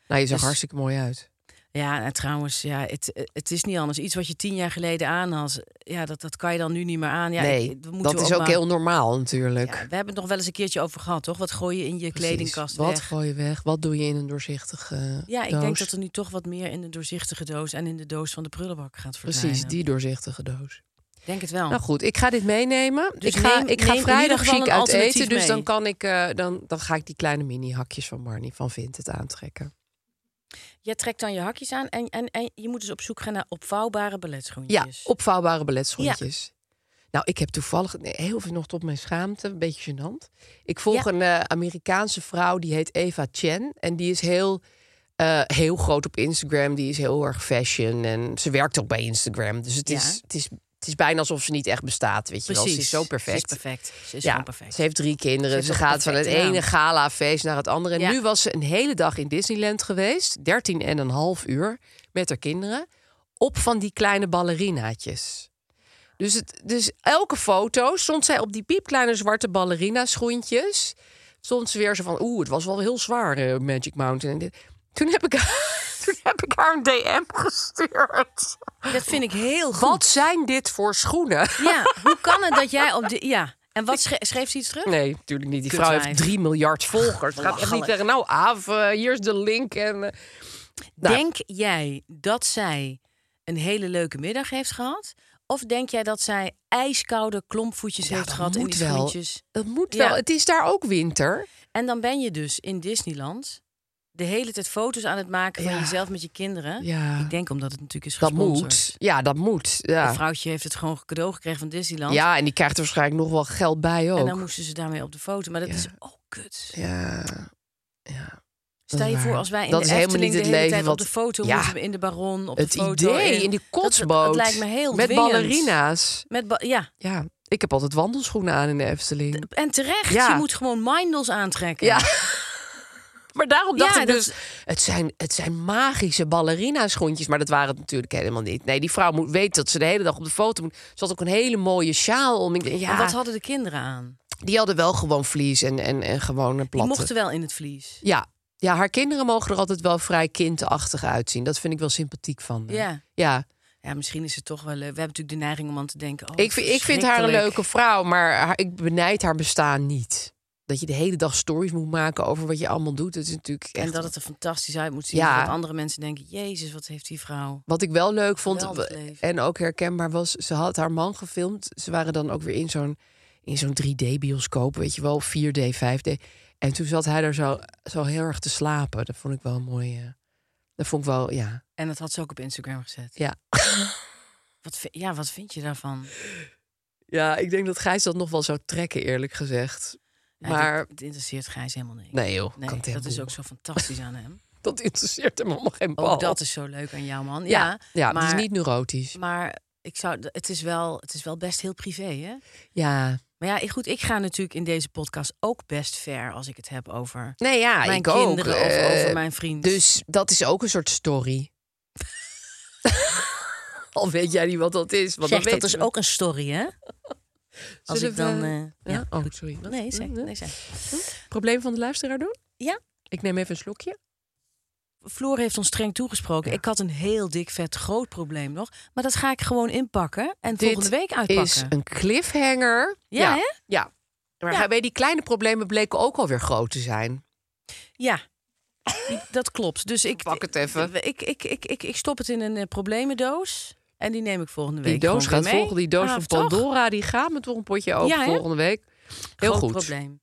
S3: Nou, je zag
S4: Dus-
S3: hartstikke mooi uit.
S4: Ja, en trouwens, ja, het, het is niet anders. Iets wat je tien jaar geleden aan had, ja, dat, dat kan je dan nu niet meer aan. Ja,
S3: nee,
S4: ik- we moeten
S3: dat is ook
S4: maar-
S3: heel normaal natuurlijk.
S4: Ja, we hebben het nog wel eens een keertje over gehad, toch? Wat gooi je in je
S3: Precies.
S4: kledingkast
S3: Wat
S4: weg?
S3: gooi je weg? Wat doe je in een doorzichtige
S4: Ja, ik
S3: doos?
S4: denk dat er nu toch wat meer in de doorzichtige doos en in de doos van de prullenbak gaat verdwijnen.
S3: Precies, die doorzichtige doos.
S4: Ik Denk het wel.
S3: Nou goed, ik ga dit meenemen.
S4: Oh. Dus
S3: ik ga,
S4: neem-
S3: ik ga
S4: neem in ieder
S3: vrijdag
S4: geval
S3: chic
S4: een
S3: uit
S4: alternatief
S3: eten. Dus
S4: mee.
S3: dan, kan ik, eh, dan, dan ga ik die kleine mini-hakjes van Marnie van Vinted aantrekken.
S4: Jij trekt dan je hakjes aan en, en, en je moet dus op zoek gaan naar opvouwbare
S3: Ja,
S4: balletschoentjes.
S3: opvouwbare balletschoentjes. Nou, ik heb toevallig nee, heel veel nog tot mijn schaamte, een beetje gênant. Ik volg
S4: Ja.
S3: een eh, Amerikaanse vrouw die heet Eva Chen en die is heel, eh, heel groot op Instagram. Die is heel erg fashion en ze werkt ook bij Instagram. Dus het,
S4: Ja.
S3: is, het, is, het is bijna alsof ze niet echt bestaat, weet je wel. Ze is zo perfect.
S4: Ze is perfect. Ze is
S3: ja,
S4: gewoon perfect.
S3: ze heeft drie kinderen.
S4: heeft
S3: Ze,
S4: een
S3: gaat van het
S4: perfecte naam.
S3: ene galafeest naar het andere. En
S4: Ja.
S3: nu was ze een hele dag in Disneyland geweest. 13 en een half uur met haar kinderen. Op van die kleine ballerinaatjes. Dus, het, dus elke foto stond zij op die piepkleine zwarte ballerina schoentjes. stond ze weer zo van... Oeh, het was wel heel zwaar, eh, Magic Mountain. En dit. Toen, heb ik, toen heb ik haar een DM gestuurd.
S4: Dat vind ik heel goed.
S3: Wat zijn dit voor schoenen?
S4: Ja, hoe kan het dat jij op de... Ja, en wat schre- schreef ze iets terug?
S3: Nee, natuurlijk niet. Die
S4: Kut
S3: vrouw heeft
S4: wijf.
S3: 3 miljard volgers. Het gaat echt niet
S4: Belachelijk.
S3: zeggen, nou Aaf, eh, hier is de link. En, eh, nou,
S4: Denk jij dat zij een hele leuke middag heeft gehad? Of denk jij dat zij ijskoude klompvoetjes
S3: Ja,
S4: heeft
S3: dat
S4: gehad in
S3: moet
S4: die
S3: wel.
S4: schoentjes?
S3: het moet
S4: Ja.
S3: wel. Het is daar ook winter.
S4: En dan ben je dus in Disneyland de hele tijd foto's aan het maken van
S3: Ja.
S4: jezelf met je kinderen.
S3: Ja.
S4: Ik denk omdat het natuurlijk is
S3: Dat
S4: gesponsord.
S3: moet. Ja, dat moet.
S4: Een
S3: Ja.
S4: vrouwtje heeft het gewoon cadeau gekregen van Disneyland.
S3: ja, en die krijgt er waarschijnlijk nog wel geld bij ook.
S4: En dan moesten ze daarmee op de foto. Maar dat
S3: Ja.
S4: is ook kut.
S3: Ja. ja.
S4: Stel je
S3: waar.
S4: voor als wij in
S3: Dat
S4: de
S3: is helemaal
S4: Efteling
S3: niet het
S4: de hele
S3: leven
S4: tijd op
S3: wat-
S4: de foto
S3: Ja.
S4: moeten. In de Baron, op
S3: Het
S4: de foto.
S3: idee in die
S4: Dat-
S3: kotsboot.
S4: Dat, lijkt me heel
S3: Met
S4: dwingend.
S3: ballerina's.
S4: Met ba- ja,
S3: Ja, ik heb altijd wandelschoenen aan in de Efteling.
S4: en terecht.
S3: Ja.
S4: Je moet gewoon mindels aantrekken.
S3: Ja. Maar daarom dacht
S4: Ja,
S3: ik
S4: dat-
S3: dus, het zijn, het zijn magische ballerina-schoentjes. Maar dat waren het natuurlijk helemaal niet. Nee, die vrouw moet, weet dat ze de hele dag op de foto moet. Ze had ook een hele mooie sjaal om. Ik, denk, ja,
S4: En wat hadden de kinderen aan?
S3: Die hadden wel gewoon vlies en, en, en gewoon een
S4: Die
S3: platte.
S4: mochten wel in het vlies.
S3: Ja. ja, haar kinderen mogen er altijd wel vrij kindachtig uitzien. Dat vind ik wel sympathiek van haar.
S4: Ja.
S3: ja.
S4: Ja, misschien is het toch wel leuk. We hebben natuurlijk de neiging om aan te denken... Oh,
S3: Ik, vind- ik vind haar een
S4: verschrikkelijk.
S3: leuke vrouw, maar haar- ik benijd haar bestaan niet. Dat je de hele dag stories moet maken over wat je allemaal doet. Het is natuurlijk echt
S4: En dat het er fantastisch uit moet zien.
S3: Ja.
S4: Dat andere mensen denken, jezus, wat heeft die vrouw.
S3: Wat ik wel leuk vond
S4: Geweldig leven.
S3: en ook herkenbaar was, ze had haar man gefilmd. Ze waren dan ook weer in zo'n in zo'n 3D-bioscoop, weet je wel, 4D, 5D. En toen zat hij daar zo, zo heel erg te slapen. Dat vond ik wel mooi. eh, Dat vond ik wel, ja.
S4: En dat had ze ook op Instagram gezet.
S3: Ja,
S4: Wat, vi- ja, wat vind je daarvan?
S3: ja ik denk dat Gijs dat nog wel zou trekken, eerlijk gezegd.
S4: Ja,
S3: maar
S4: dit- Het interesseert Gijs helemaal niks.
S3: nee joh,
S4: Nee,
S3: kan het
S4: dat is
S3: helemaal
S4: ook zo fantastisch aan hem.
S3: niet. Dat interesseert hem allemaal geen
S4: Ook
S3: bal.
S4: dat is zo leuk aan jou, man.
S3: ja,
S4: Ja,
S3: ja, maar... het is niet neurotisch.
S4: Maar ik zou, het, is wel, het is wel best heel privé, hè?
S3: Ja,
S4: Maar ja, ik- goed, ik ga natuurlijk in deze podcast ook best ver als ik het heb over
S3: nee ja,
S4: mijn
S3: ik ook.
S4: kinderen of over
S3: eh,
S4: mijn vriend.
S3: Dus dat is ook een soort story. Al weet jij niet wat dat is. Want
S4: zeg,
S3: dat
S4: dat
S3: weten
S4: is
S3: we.
S4: ook een story, hè? Als
S3: Zullen
S4: ik dan...
S3: we-
S4: eh,
S3: Ja?
S4: ja,
S3: Oh,
S4: goed.
S3: sorry. Wat?
S4: Nee, zeg.
S3: Hm, hm.
S4: Nee, zeg.
S3: Probleem van de luisteraar doen?
S4: Ja.
S3: Ik neem even een slokje.
S4: Floor heeft ons streng toegesproken. Ik had een heel dik, vet, groot probleem nog. Maar dat ga ik gewoon inpakken en volgende week uitpakken.
S3: is een cliffhanger.
S4: Ja, hè?
S3: Ja. Maar
S4: Ja.
S3: ga- weet je, die kleine problemen bleken ook alweer groot te zijn.
S4: Ja, die- dat klopt. Dus ik
S3: Pak het even.
S4: Ik, ik, ik, ik, ik stop het in een eh, problemendoos. En die neem ik volgende week.
S3: Die doos
S4: gewoon
S3: gaat
S4: weer mee.
S3: volgen. Die doos
S4: Ah,
S3: van
S4: toch?
S3: Pandora, die gaat met toch een potje open
S4: Ja, hè?
S3: volgende week. Heel
S4: Groot
S3: goed.
S4: probleem.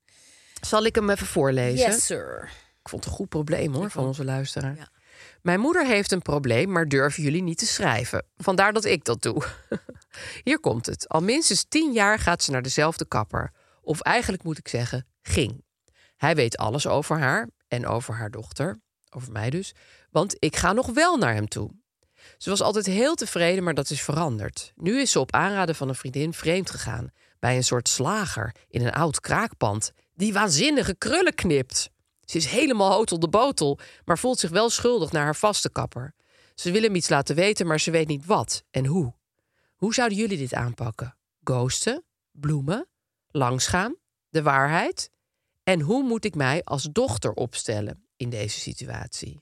S3: Zal ik hem even voorlezen?
S4: Yes, sir.
S3: Ik vond het een goed probleem hoor,
S4: Ik
S3: van
S4: ook.
S3: onze luisteraar.
S4: Ja.
S3: Mijn moeder heeft een probleem, maar durven jullie niet te schrijven. Vandaar dat ik dat doe. Hier komt het. Al minstens tien jaar gaat ze naar dezelfde kapper. Of eigenlijk moet ik zeggen, ging. Hij weet alles over haar en over haar dochter, over mij dus. Want ik ga nog wel naar hem toe. Ze was altijd heel tevreden, maar dat is veranderd. Nu is ze op aanraden van een vriendin vreemd gegaan. Bij een soort slager in een oud kraakpand. Die waanzinnige krullen knipt. Ze is helemaal hotel de botel, maar voelt zich wel schuldig naar haar vaste kapper. Ze wil hem iets laten weten, maar ze weet niet wat en hoe. Hoe zouden jullie dit aanpakken? Ghosten? Bloemen? Langsgaan? De waarheid? En hoe moet ik mij als dochter opstellen in deze situatie?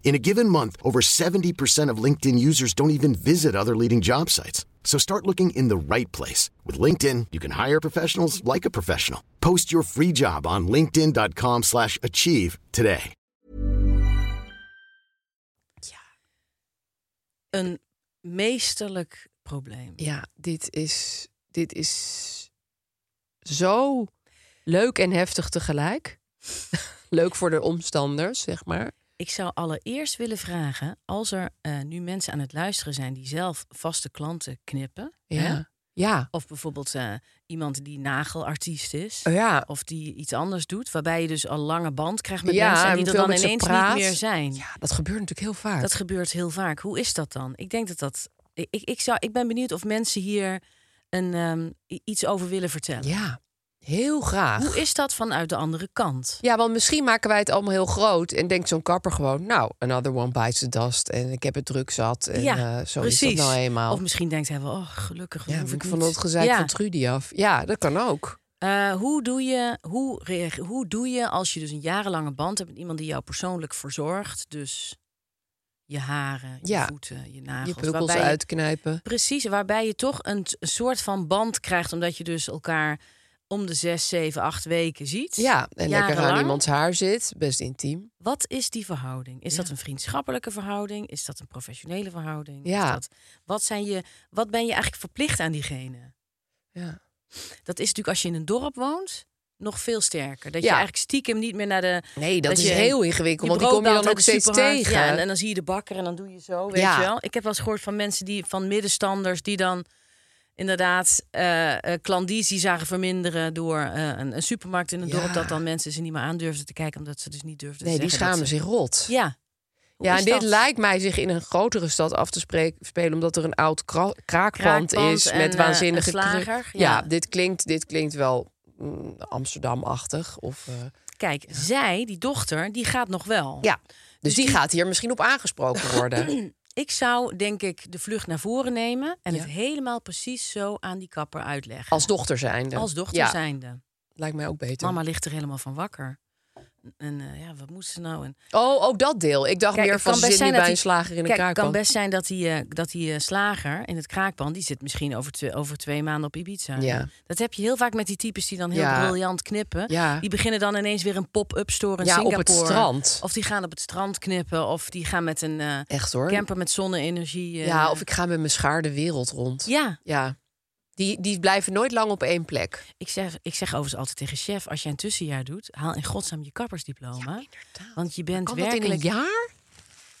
S6: In a given month, over 70% of LinkedIn users don't even visit other leading job sites. So start looking in the right place. With LinkedIn, you can hire professionals like a professional. Post your free job on linkedin.com/achieve slash achieve today.
S4: Een meesterlijk probleem.
S3: Ja, dit is, dit is zo leuk en heftig tegelijk. leuk voor de omstanders, zeg maar.
S4: Ik zou allereerst willen vragen, als er eh, nu mensen aan het luisteren zijn die zelf vaste klanten knippen. hè?
S3: Ja. Ja.
S4: Of bijvoorbeeld eh, iemand die nagelartiest is.
S3: ja.
S4: Of die iets anders doet, waarbij je dus al lange band krijgt met
S3: Ja,
S4: mensen en
S3: en
S4: die er
S3: veel
S4: dan
S3: met ze
S4: ineens
S3: praat.
S4: niet meer zijn.
S3: Ja, dat gebeurt natuurlijk heel vaak.
S4: Dat gebeurt heel vaak. Hoe is dat dan? Ik denk dat dat. Ik, ik, zou, ik ben benieuwd of mensen hier eh, een, ehm, i- iets over willen vertellen.
S3: Ja, heel graag.
S4: Hoe is dat vanuit de andere kant?
S3: Ja, want misschien maken wij het allemaal heel groot en denkt zo'n kapper gewoon, nou, another one bites the dust en ik heb het druk zat en eh, zo is dat nou eenmaal.
S4: Of misschien denkt hij wel, oh, gelukkig
S3: ja,
S4: hoef
S3: ik
S4: ik
S3: van
S4: niet.
S3: dat gezeik
S4: Ja.
S3: van Trudy af. Ja, dat kan ook.
S4: Eh, hoe, doe je, hoe, reage- hoe doe je als je dus een jarenlange band hebt met iemand die jou persoonlijk verzorgt? Dus je haren, je
S3: Ja.
S4: voeten, je nagels.
S3: Je pukkels
S4: waarbij je-
S3: uitknijpen.
S4: Precies, waarbij je toch een t- een soort van band krijgt, omdat je dus elkaar om de zes, zeven, acht weken ziet.
S3: Ja, en lekker aan
S4: jarenlang.
S3: iemands haar zit, best intiem.
S4: Wat is die verhouding? Is
S3: Ja.
S4: dat een vriendschappelijke verhouding? Is dat een professionele verhouding? Is
S3: Ja.
S4: dat- wat, zijn je, wat ben je eigenlijk verplicht aan diegene?
S3: Ja.
S4: Dat is natuurlijk als je in een dorp woont nog veel sterker. Dat je
S3: Ja.
S4: eigenlijk stiekem niet meer naar de...
S3: Nee, dat,
S4: Dat
S3: is
S4: je-
S3: heel ingewikkeld, want die kom je
S4: broodband
S3: dan
S4: uit
S3: ook
S4: de
S3: steeds
S4: supermarkt.
S3: tegen.
S4: Ja, en, en dan zie je de bakker en dan doe je zo, weet
S3: Ja.
S4: je wel. Ik heb wel eens gehoord van mensen die van middenstanders... die dan inderdaad eh eh, klandizie zagen verminderen... door eh, een, een supermarkt in een
S3: Ja.
S4: dorp... dat dan mensen ze niet meer aandurfden te kijken... omdat ze dus niet durfden
S3: nee,
S4: te
S3: die
S4: zeggen...
S3: schamen
S4: dat
S3: zich rot.
S4: ze- Ja. Hoe
S3: Ja,
S4: is
S3: en dit
S4: dat?
S3: lijkt mij zich in een grotere stad af te spreken- spelen, omdat er een oud kra- kraakpand
S4: Kraakpand
S3: is
S4: en,
S3: met
S4: eh,
S3: waanzinnige
S4: een slager,
S3: Ja,
S4: ja.
S3: dit klinkt, dit klinkt wel mm, Amsterdam-achtig. Of, eh,
S4: Kijk, zij, die dochter, die gaat nog wel.
S3: ja, dus, die,
S4: die-
S3: gaat hier misschien op aangesproken worden.
S4: Ik zou, denk ik, de vlucht naar voren nemen... en
S3: Ja.
S4: het helemaal precies zo aan die kapper uitleggen.
S3: als dochter zijnde.
S4: Als dochter
S3: ja,
S4: zijnde.
S3: Lijkt mij ook beter.
S4: Mama ligt er helemaal van wakker. En eh, ja, wat moet ze nou? En,
S3: Oh, ook dat deel. Ik dacht
S4: Kijk,
S3: meer
S4: het
S3: van
S4: kan
S3: ze
S4: best
S3: zit nu
S4: zijn
S3: bij
S4: dat
S3: een
S4: die-
S3: slager in
S4: kijk,
S3: een
S4: het kan
S3: kraakpand.
S4: best zijn dat die, eh, dat die eh, slager in het kraakpand... die zit misschien over, twee- over twee maanden op Ibiza.
S3: Ja.
S4: Dat heb je heel vaak met die types die dan heel
S3: Ja.
S4: briljant knippen.
S3: Ja.
S4: Die beginnen dan ineens weer een pop-up store in
S3: Ja, op
S4: Singapore.
S3: het strand.
S4: Of die gaan op het strand knippen. Of die gaan met een eh,
S3: Echt hoor.
S4: camper met zonne-energie. eh,
S3: Ja, of ik ga met mijn schaar de wereld rond.
S4: Ja,
S3: Ja. Die, die blijven nooit lang op één plek.
S4: ik zeg, ik zeg overigens altijd tegen chef... als jij een tussenjaar doet, haal in godsnaam je kappersdiploma. want je bent
S3: Kan dat in een
S4: werkelijk...
S3: jaar?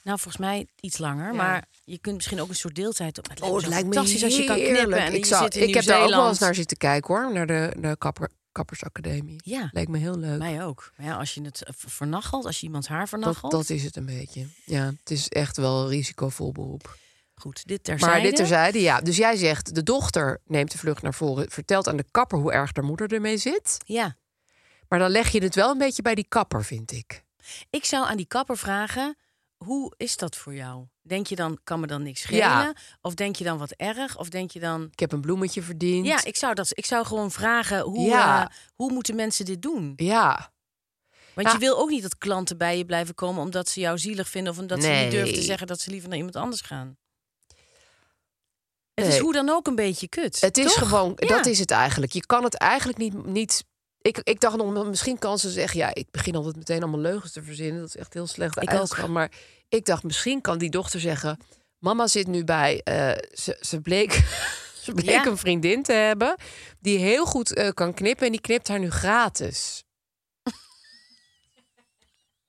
S4: Nou, volgens mij iets langer. Maar je kunt misschien ook een soort deeltijd op. Het
S3: Oh, het
S4: zo
S3: lijkt me
S4: fantastisch als je kan knippen.
S3: heerlijk.
S4: En
S3: ik
S4: je
S3: zou-
S4: zit in
S3: ik heb daar ook wel eens
S4: Nieuw-Zeeland.
S3: naar zitten kijken hoor, naar de, de kapper, kappersacademie.
S4: Ja.
S3: Lijkt me heel leuk.
S4: Mij ook. Maar ja, als je het eh, ver- vernachelt, als je iemands haar
S3: Dat,
S4: vernachelt.
S3: dat is het een beetje. Ja, het is echt wel een risicovol beroep.
S4: Goed, dit terzijde.
S3: Maar dit terzijde, ja. Dus jij zegt, de dochter neemt de vlucht naar voren, vertelt aan de kapper hoe erg haar moeder ermee zit.
S4: Ja.
S3: Maar dan leg je het wel een beetje bij die kapper, vind ik.
S4: Ik zou aan die kapper vragen, hoe is dat voor jou? Denk je dan, kan me dan niks schelen?
S3: Ja.
S4: Of denk je dan wat erg? Of denk je dan...
S3: Ik heb een bloemetje verdiend.
S4: Ja, ik zou, dat, ik zou gewoon vragen, hoe,
S3: Ja.
S4: eh, hoe moeten mensen dit doen?
S3: ja.
S4: Want
S3: Ja.
S4: je wil ook niet dat klanten bij je blijven komen... omdat ze jou zielig vinden of omdat ze
S3: Nee.
S4: niet durven te zeggen... dat ze liever naar iemand anders gaan. Het is
S3: Nee.
S4: hoe dan ook een beetje kut.
S3: Het is
S4: toch?
S3: gewoon,
S4: Ja.
S3: dat is het eigenlijk. Je kan het eigenlijk niet. niet ik, ik dacht nog, misschien kan ze zeggen, ja, ik begin altijd meteen allemaal leugens te verzinnen. Dat is echt heel slecht.
S4: Ik
S3: eigenschap.
S4: ook.
S3: Maar ik dacht, misschien kan die dochter zeggen, mama zit nu bij, eh, ze, ze bleek, ze bleek
S4: Ja.
S3: een vriendin te hebben die heel goed eh, kan knippen en die knipt haar nu gratis.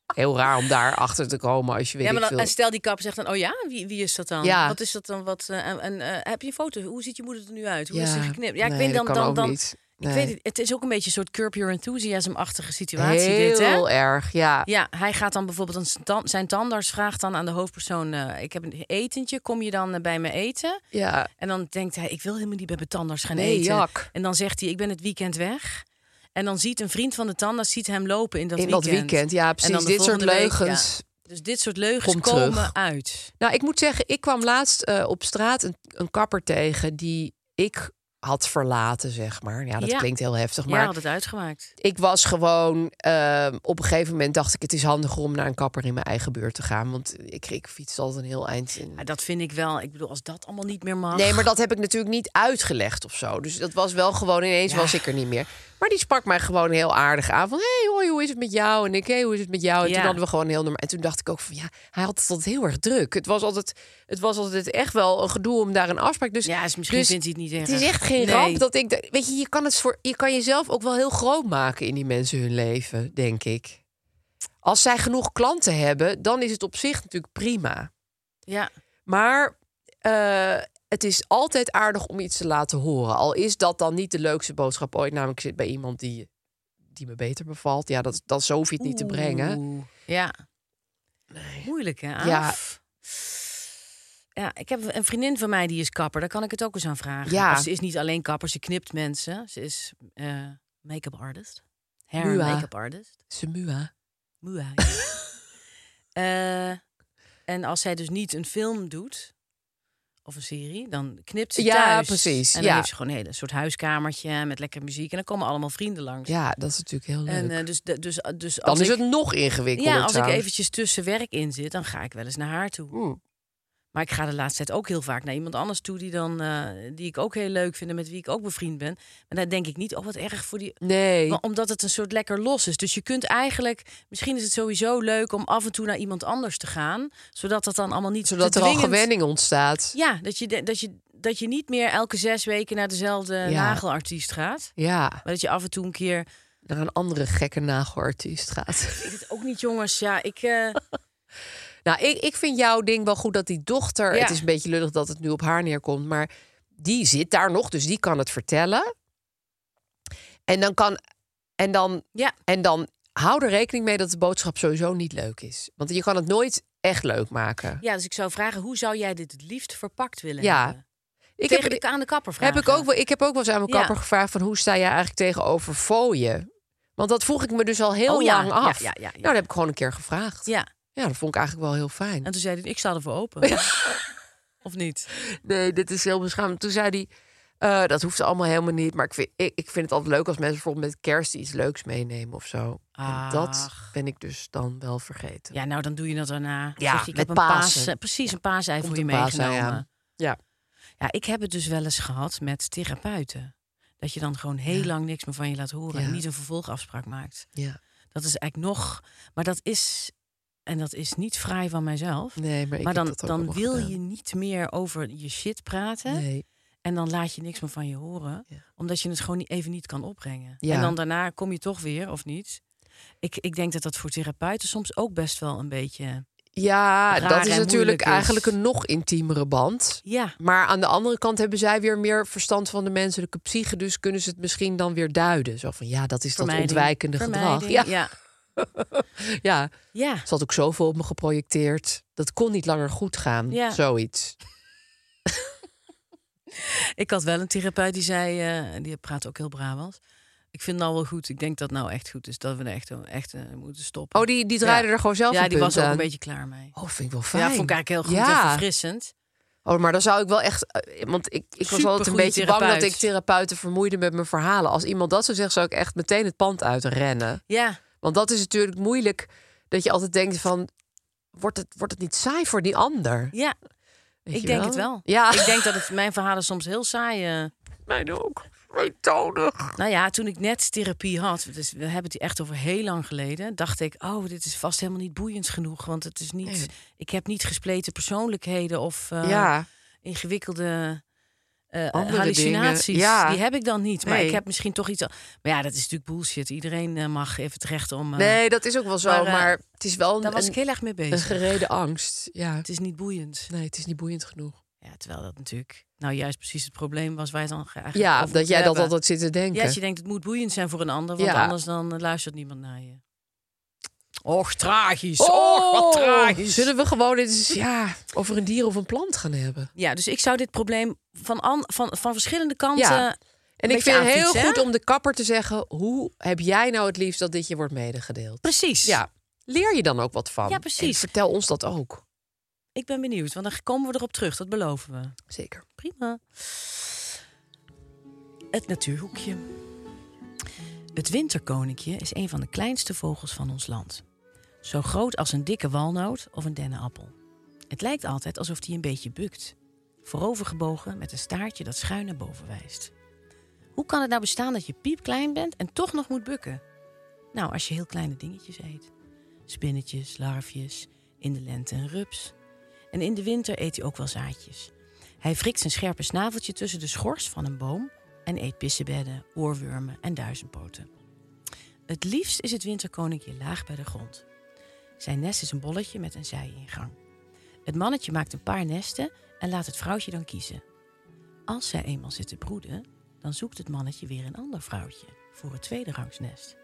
S3: Heel raar om daar achter te komen als je weet
S4: Ja, maar
S3: ik
S4: dan,
S3: veel.
S4: en stel die kap zegt dan, oh ja, wie, wie is dat dan?
S3: Ja.
S4: Wat is dat dan? Wat, eh, en, en, eh, heb je een foto? Hoe ziet je moeder er nu uit? Hoe is ze
S3: Ja,
S4: geknipt? Ja, ik
S3: nee,
S4: weet
S3: dat
S4: dan...
S3: kan
S4: dan,
S3: ook
S4: dan
S3: niet.
S4: Ik
S3: Nee.
S4: weet het, het is ook een beetje een soort Curb Your Enthusiasm-achtige situatie
S3: Heel
S4: dit, hè?
S3: erg, ja.
S4: Ja, hij gaat dan bijvoorbeeld, aan zijn tan- zijn tandarts vraagt dan aan de hoofdpersoon... eh, ik heb een etentje, kom je dan eh, bij me eten?
S3: ja.
S4: En dan denkt hij, ik wil helemaal niet bij mijn tandarts gaan
S3: Nee,
S4: eten.
S3: jak.
S4: En dan zegt hij, ik ben het weekend weg. En dan ziet een vriend van de tandarts ziet hem lopen in dat
S3: in
S4: weekend.
S3: dat weekend. Ja,
S4: En dan
S3: precies.
S4: de
S3: Dit soort
S4: volgende week,
S3: leugens.
S4: ja. Dus dit soort leugens
S3: Komt
S4: komen
S3: terug.
S4: uit.
S3: Nou, ik moet zeggen, ik kwam laatst eh, op straat een, een kapper tegen die ik had verlaten, zeg maar. Ja, dat
S4: Ja.
S3: klinkt heel heftig,
S4: Maar...
S3: maar
S4: Jij had het uitgemaakt.
S3: ik was gewoon... eh, op een gegeven moment dacht ik, het is handiger om naar een kapper in mijn eigen buurt te gaan. Want ik, ik fiets altijd een heel eind. in.
S4: Ja, dat vind ik wel. Ik bedoel, als dat allemaal niet meer mag.
S3: Nee, maar dat heb ik natuurlijk niet uitgelegd of zo. Dus dat was wel gewoon ineens
S4: Ja.
S3: was ik er niet meer. Maar die sprak mij gewoon heel aardig aan. Van, hey, hoi, hoe is het met jou? En ik, hey, hoe is het met jou? En
S4: Ja.
S3: toen hadden we gewoon heel normaal. En toen dacht ik ook van, ja, hij had het altijd heel erg druk. Het was altijd, het was altijd echt wel een gedoe om daar een afspraak. Dus,
S4: Ja, dus misschien
S3: dus
S4: vindt hij het niet erg.
S3: Het is echt geen
S4: Nee.
S3: ramp dat ik... de- Weet je, je kan, het voor, je kan jezelf ook wel heel groot maken in die mensen hun leven, denk ik. Als zij genoeg klanten hebben, dan is het op zich natuurlijk prima.
S4: Ja,
S3: Maar eh, het is altijd aardig om iets te laten horen. Al is dat dan niet de leukste boodschap ooit. Namelijk, ik zit bij iemand die, die me beter bevalt. Ja, dat, dat zo hoef je het niet te brengen.
S4: Oeh. Ja. Moeilijk, hè?
S3: Ja.
S4: Aaf? ja, ik heb een vriendin van mij die is kapper. Daar kan ik het ook eens aan vragen.
S3: Ja.
S4: Maar Ze is niet alleen kapper, ze knipt mensen. Ze is eh, make-up artist. Hair en
S3: Mua.
S4: make-up artist.
S3: Semua.
S4: Mua. ja. Eh, en als zij dus niet een film doet of een serie, dan knipt ze
S3: Ja,
S4: thuis.
S3: precies,
S4: En dan
S3: ja.
S4: heeft ze gewoon een hele soort huiskamertje met lekker muziek. En dan komen allemaal vrienden langs.
S3: Ja, dat is natuurlijk heel leuk.
S4: En eh, dus, de- dus, dus
S3: dan
S4: als
S3: is
S4: ik,
S3: het nog ingewikkelder.
S4: Ja, als ik
S3: trouwens.
S4: eventjes tussen werk in zit, dan ga ik wel eens naar haar toe.
S3: Hmm.
S4: Maar ik ga de laatste tijd ook heel vaak naar iemand anders toe die, dan, eh, die ik ook heel leuk vind en met wie ik ook bevriend ben. Maar dan denk ik niet, oh wat erg voor die.
S3: Nee.
S4: Maar omdat het een soort lekker los is. Dus je kunt eigenlijk, misschien is het sowieso leuk om af en toe naar iemand anders te gaan. Zodat dat dan allemaal niet
S3: Zodat
S4: te
S3: er al
S4: dwingend-
S3: gewenning ontstaat.
S4: Ja, dat je, de- dat, je, dat je niet meer elke zes weken naar dezelfde nagelartiest gaat.
S3: Ja,
S4: Maar dat je af en toe een keer.
S3: naar een andere gekke nagelartiest gaat.
S4: Ik weet ook niet, jongens. Ja, ik. eh,
S3: nou, ik, ik vind jouw ding wel goed dat die dochter...
S4: Ja.
S3: Het is een beetje lullig dat het nu op haar neerkomt, maar die zit daar nog, dus die kan het vertellen. En dan kan... En dan,
S4: ja,
S3: en dan hou er rekening mee dat de boodschap sowieso niet leuk is. Want je kan het nooit echt leuk maken.
S4: Ja, dus ik zou vragen, hoe zou jij dit het liefst verpakt willen
S3: Ja.
S4: hebben?
S3: Ik
S4: Tegen
S3: heb,
S4: de, aan de kapper vragen.
S3: heb ik, ook wel, ik heb ook wel eens aan mijn
S4: Ja.
S3: kapper gevraagd... van hoe sta jij eigenlijk tegenover fooien? Want dat vroeg ik me dus al heel
S4: Oh, ja.
S3: lang af.
S4: Ja, ja, ja, ja.
S3: Nou, dat heb ik gewoon een keer gevraagd.
S4: Ja,
S3: Ja, dat vond ik eigenlijk wel heel fijn.
S4: en toen zei hij, ik sta ervoor open. Of niet?
S3: Nee, dit is heel beschamend. Toen zei hij, eh, dat hoeft allemaal helemaal niet. Maar ik vind, ik, ik vind het altijd leuk als mensen bijvoorbeeld met kerst iets leuks meenemen of zo. En dat
S4: Ach.
S3: ben ik dus dan wel vergeten.
S4: Ja, nou, dan doe je dat daarna.
S3: Ja,
S4: Zeg je, ik
S3: met
S4: heb een paas,
S3: Pasen.
S4: eh, precies, een paasei voor je
S3: een paasei
S4: meegenomen.
S3: aan. Ja.
S4: Ja, ik heb het dus wel eens gehad met therapeuten. Dat je dan gewoon heel lang niks meer van je laat horen.
S3: Ja.
S4: En niet een vervolgafspraak maakt.
S3: ja.
S4: Dat is eigenlijk nog... Maar dat is... En dat is niet vrij van mijzelf.
S3: Nee, maar ik
S4: maar
S3: heb
S4: dan,
S3: dat ook
S4: dan
S3: allemaal
S4: wil
S3: gedaan.
S4: je niet meer over je shit praten.
S3: Nee.
S4: En dan laat je niks meer van je horen.
S3: Ja.
S4: Omdat je het gewoon niet- even niet kan opbrengen.
S3: Ja.
S4: En dan daarna kom je toch weer, of niet? Ik, ik denk dat dat voor therapeuten soms ook best wel een beetje...
S3: Ja, dat
S4: Raar en
S3: is
S4: moeilijk dus.
S3: natuurlijk
S4: is.
S3: eigenlijk een nog intiemere band.
S4: Ja,
S3: Maar aan de andere kant hebben zij weer meer verstand van de menselijke psyche. Dus kunnen ze het misschien dan weer duiden. Zo van ja, dat is
S4: vermijding.
S3: dat ontwijkende gedrag.
S4: Vermijding, Ja.
S3: ja, ja.
S4: Ja.
S3: Ze had ook zoveel op me geprojecteerd. Dat kon niet langer goed gaan.
S4: Ja.
S3: Zoiets.
S4: ik had wel een therapeut die zei... eh, en die praat ook heel Brabants. Ik vind het nou wel goed. Ik denk dat het nou echt goed is. Dat we er echt, echt eh, moeten stoppen.
S3: Oh, die, die draaide
S4: Ja.
S3: er gewoon zelf
S4: Ja,
S3: een
S4: die
S3: punt
S4: was ook
S3: aan.
S4: een beetje klaar mee.
S3: Oh, vind ik wel fijn.
S4: Ja, vond ik eigenlijk heel goed en
S3: Ja.
S4: verfrissend.
S3: Oh, maar dan zou ik wel echt... eh, Want ik, ik was altijd een
S4: Supergoeie
S3: beetje bang
S4: therapeut.
S3: dat ik therapeuten vermoeide met mijn verhalen. Als iemand dat zou zeggen, zou ik echt meteen het pand uitrennen.
S4: Ja,
S3: Want dat is natuurlijk moeilijk. Dat je altijd denkt van... Wordt het, wordt het niet saai voor die ander?
S4: ja.
S3: Weet
S4: ik
S3: je
S4: denk het wel.
S3: Ja,
S4: Ik denk dat het, mijn verhalen soms heel saai... eh,
S3: mijn ook. Eentonig.
S4: Nou ja, toen ik net therapie had, dus we hebben het hier echt over heel lang geleden, dacht ik, oh, dit is vast helemaal niet boeiend genoeg, want het is niet,
S3: Nee.
S4: ik heb niet gespleten persoonlijkheden of eh,
S3: ja,
S4: ingewikkelde eh,
S3: Andere
S4: hallucinaties.
S3: dingen, ja.
S4: Die heb ik dan niet, maar
S3: Nee.
S4: ik heb misschien toch iets. al- Maar ja, dat is natuurlijk bullshit. Iedereen eh, mag even terecht om. eh,
S3: nee, Eh. dat is ook wel zo.
S4: maar,
S3: Maar,
S4: eh,
S3: het is wel
S4: Daar
S3: een,
S4: was ik
S3: een,
S4: heel erg mee
S3: een
S4: bezig.
S3: gereden angst. Ja.
S4: Het is niet boeiend.
S3: Nee, het is niet boeiend genoeg.
S4: Ja, terwijl dat natuurlijk, nou juist precies het probleem was waar je het dan eigenlijk
S3: Ja,
S4: over
S3: dat
S4: moet
S3: jij dat
S4: hebben.
S3: altijd zit te denken.
S4: Ja, dat je denkt, het moet boeiend zijn voor een ander, want
S3: Ja.
S4: anders dan eh, luistert niemand naar je. Oh! Och, tragisch.
S3: Oh, Zullen we gewoon eens ja, over een dier of een plant gaan hebben?
S4: Ja, dus ik zou dit probleem van, an- van, van verschillende kanten...
S3: Ja. En ik
S4: beetje
S3: vind het heel
S4: aanfietsen,
S3: goed
S4: hè?
S3: om de kapper te zeggen... hoe heb jij nou het liefst dat dit je wordt medegedeeld?
S4: Precies.
S3: Ja, leer je dan ook wat van.
S4: Ja, precies.
S3: En vertel ons dat ook.
S4: Ik ben benieuwd, want dan komen we erop terug. Dat beloven we.
S3: Zeker.
S4: Prima. Het natuurhoekje. Het winterkoninkje is een van de kleinste vogels van ons land. Zo groot als een dikke walnoot of een dennenappel. Het lijkt altijd alsof hij een beetje bukt. Voorovergebogen met een staartje dat schuin naar boven wijst. Hoe kan het nou bestaan dat je piepklein bent en toch nog moet bukken? Nou, als je heel kleine dingetjes eet. Spinnetjes, larfjes, in de lente een rups. En in de winter eet hij ook wel zaadjes. Hij wrikt zijn scherpe snaveltje tussen de schors van een boom en eet pissebedden, oorwormen en duizendpoten. Het liefst is het winterkoninkje laag bij de grond. Zijn nest is een bolletje met een zijingang. Het mannetje maakt een paar nesten en laat het vrouwtje dan kiezen. Als zij eenmaal zit te broeden, dan zoekt het mannetje weer een ander vrouwtje voor het tweede rangsnest.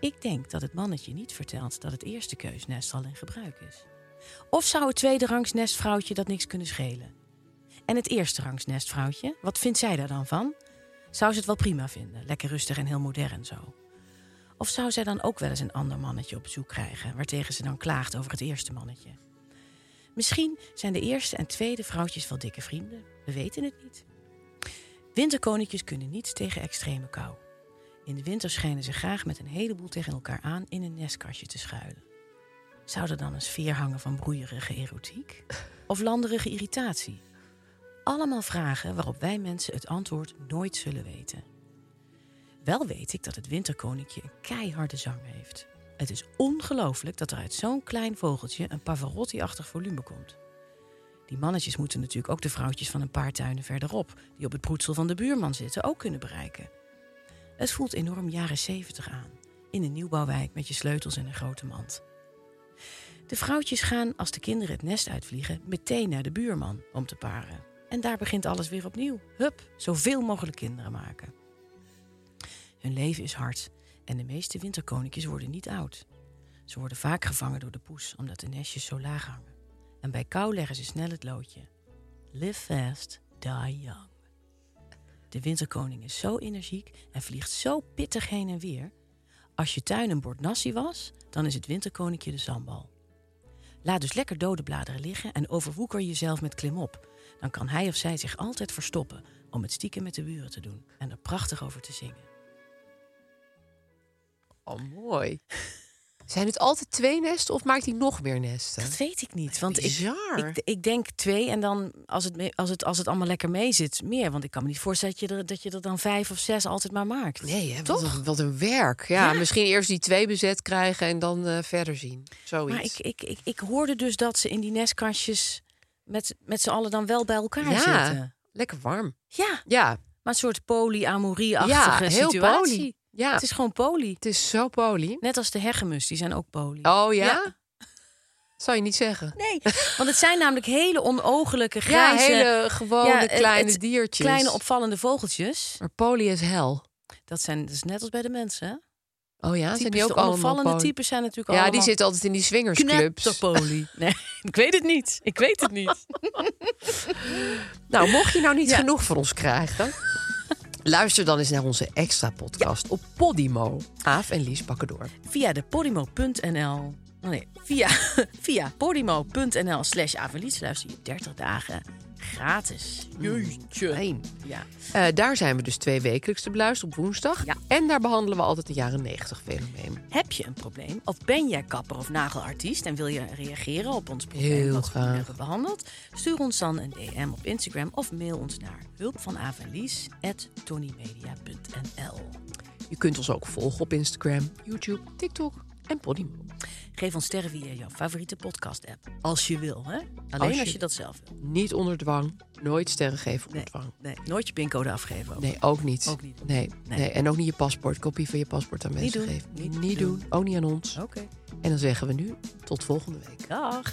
S4: Ik denk dat het mannetje niet vertelt dat het eerste keusnest al in gebruik is. Of zou het tweede rangs nestvrouwtje dat niks kunnen schelen? En het eerste rangs nestvrouwtje, wat vindt zij daar dan van? Zou ze het wel prima vinden, lekker rustig en heel modern zo? Of zou zij dan ook wel eens een ander mannetje op bezoek krijgen, waartegen ze dan klaagt over het eerste mannetje? Misschien zijn de eerste en tweede vrouwtjes wel dikke vrienden, we weten het niet. Winterkoninkjes kunnen niets tegen extreme kou. In de winter schijnen ze graag met een heleboel tegen elkaar aan in een nestkastje te schuilen. Zou er dan een sfeer hangen van broeierige erotiek? Of landerige irritatie? Allemaal vragen waarop wij mensen het antwoord nooit zullen weten. Wel weet ik dat het winterkoninkje een keiharde zang heeft. Het is ongelooflijk dat er uit zo'n klein vogeltje een Pavarotti-achtig volume komt. Die mannetjes moeten natuurlijk ook de vrouwtjes van een paar tuinen verderop, die op het broedsel van de buurman zitten, ook kunnen bereiken. Het voelt enorm jaren 70 aan, in een nieuwbouwwijk met je sleutels en een grote mand. De vrouwtjes gaan, als de kinderen het nest uitvliegen, meteen naar de buurman om te paren. En daar begint alles weer opnieuw. Hup, zoveel mogelijk kinderen maken. Hun leven is hard en de meeste winterkoninkjes worden niet oud. Ze worden vaak gevangen door de poes omdat de nestjes zo laag hangen. En bij kou leggen ze snel het loodje. Live fast, die young. De winterkoning is zo energiek en vliegt zo pittig heen en weer. Als je tuin een bord nasi was, dan is het winterkoninkje de zandbal. Laat dus lekker dode bladeren liggen en overwoeker jezelf met klimop. Dan kan hij of zij zich altijd verstoppen om het stiekem met de buren te doen en er prachtig over te zingen.
S3: Oh, mooi. Zijn het altijd twee nesten of maakt hij nog meer nesten?
S4: Dat weet ik niet. Want ik,
S3: Bizar.
S4: ik, ik denk twee en dan als het, me- als, het, als het allemaal lekker mee zit, meer. Want ik kan me niet voorstellen dat je er, dat je er dan vijf of zes altijd maar maakt.
S3: Nee, hè,
S4: toch?
S3: Wat, een, wat een werk. Ja, misschien eerst die twee bezet krijgen en dan eh, verder zien. Zoiets.
S4: Maar ik, ik, ik, ik hoorde dus dat ze in die nestkastjes met, met z'n allen dan wel bij elkaar
S3: ja,
S4: zitten.
S3: lekker warm.
S4: Ja,
S3: Ja,
S4: maar een soort polyamorie-achtige
S3: ja heel
S4: situatie.
S3: poly. Ja,
S4: Het is gewoon poly.
S3: het is zo poly.
S4: Net als de hegemus, die zijn ook poly.
S3: Oh ja?
S4: Ja.
S3: Zou je niet zeggen?
S4: Nee, want het zijn namelijk hele onogelijke,
S3: Ja,
S4: grijze...
S3: hele gewone
S4: ja, het-
S3: kleine
S4: het-
S3: diertjes.
S4: Kleine opvallende vogeltjes.
S3: Maar poly is hel.
S4: Dat, zijn, dat is net als bij de mensen, hè?
S3: Oh ja, zijn
S4: Types,
S3: die ook
S4: de
S3: allemaal
S4: onopvallende
S3: poly?
S4: types zijn natuurlijk
S3: Ja,
S4: allemaal...
S3: die zitten altijd in die swingersclubs.
S4: Knetterpolie. Nee, ik weet het niet. Ik weet het niet.
S3: Nou, mocht je nou niet
S4: Ja.
S3: genoeg van ons krijgen... luister dan eens naar onze extra podcast op Podimo. Aaf en Lies pakken door.
S4: Via de podimo.nl... Oh nee, via, via podimo.nl slash Avelies luister je 30 dagen gratis. Jeetje.
S3: Fijn.
S4: Ja.
S3: Eh, daar zijn we dus twee wekelijks te beluisteren op woensdag.
S4: Ja.
S3: En daar behandelen we altijd de jaren 90 fenomeen.
S4: Heb je een probleem of ben jij kapper of nagelartiest en wil je reageren op ons probleem
S3: Heel
S4: dat we
S3: graag.
S4: nu hebben behandeld? Stuur ons dan een DM op Instagram of mail ons naar hulpvanavelies@tonymedia.nl.
S3: Je kunt ons ook volgen op Instagram, YouTube, TikTok en Podimo.
S4: Geef ons sterren via jouw favoriete podcast-app. Als je wil, hè? Alleen
S3: je
S4: als je,
S3: wil.
S4: dat zelf wil.
S3: Niet onder dwang, nooit sterren geven onder
S4: Nee,
S3: dwang.
S4: nee, nooit je pincode afgeven. ook.
S3: Nee, ook niet.
S4: Ook niet.
S3: Nee, nee.
S4: Nee.
S3: En ook niet je paspoort, kopie van je paspoort aan mensen
S4: doen,
S3: geven.
S4: niet
S3: doen.
S4: doen. Oh.
S3: ook niet aan ons.
S4: Oké.
S3: En dan zeggen we nu tot volgende week.
S4: Dag.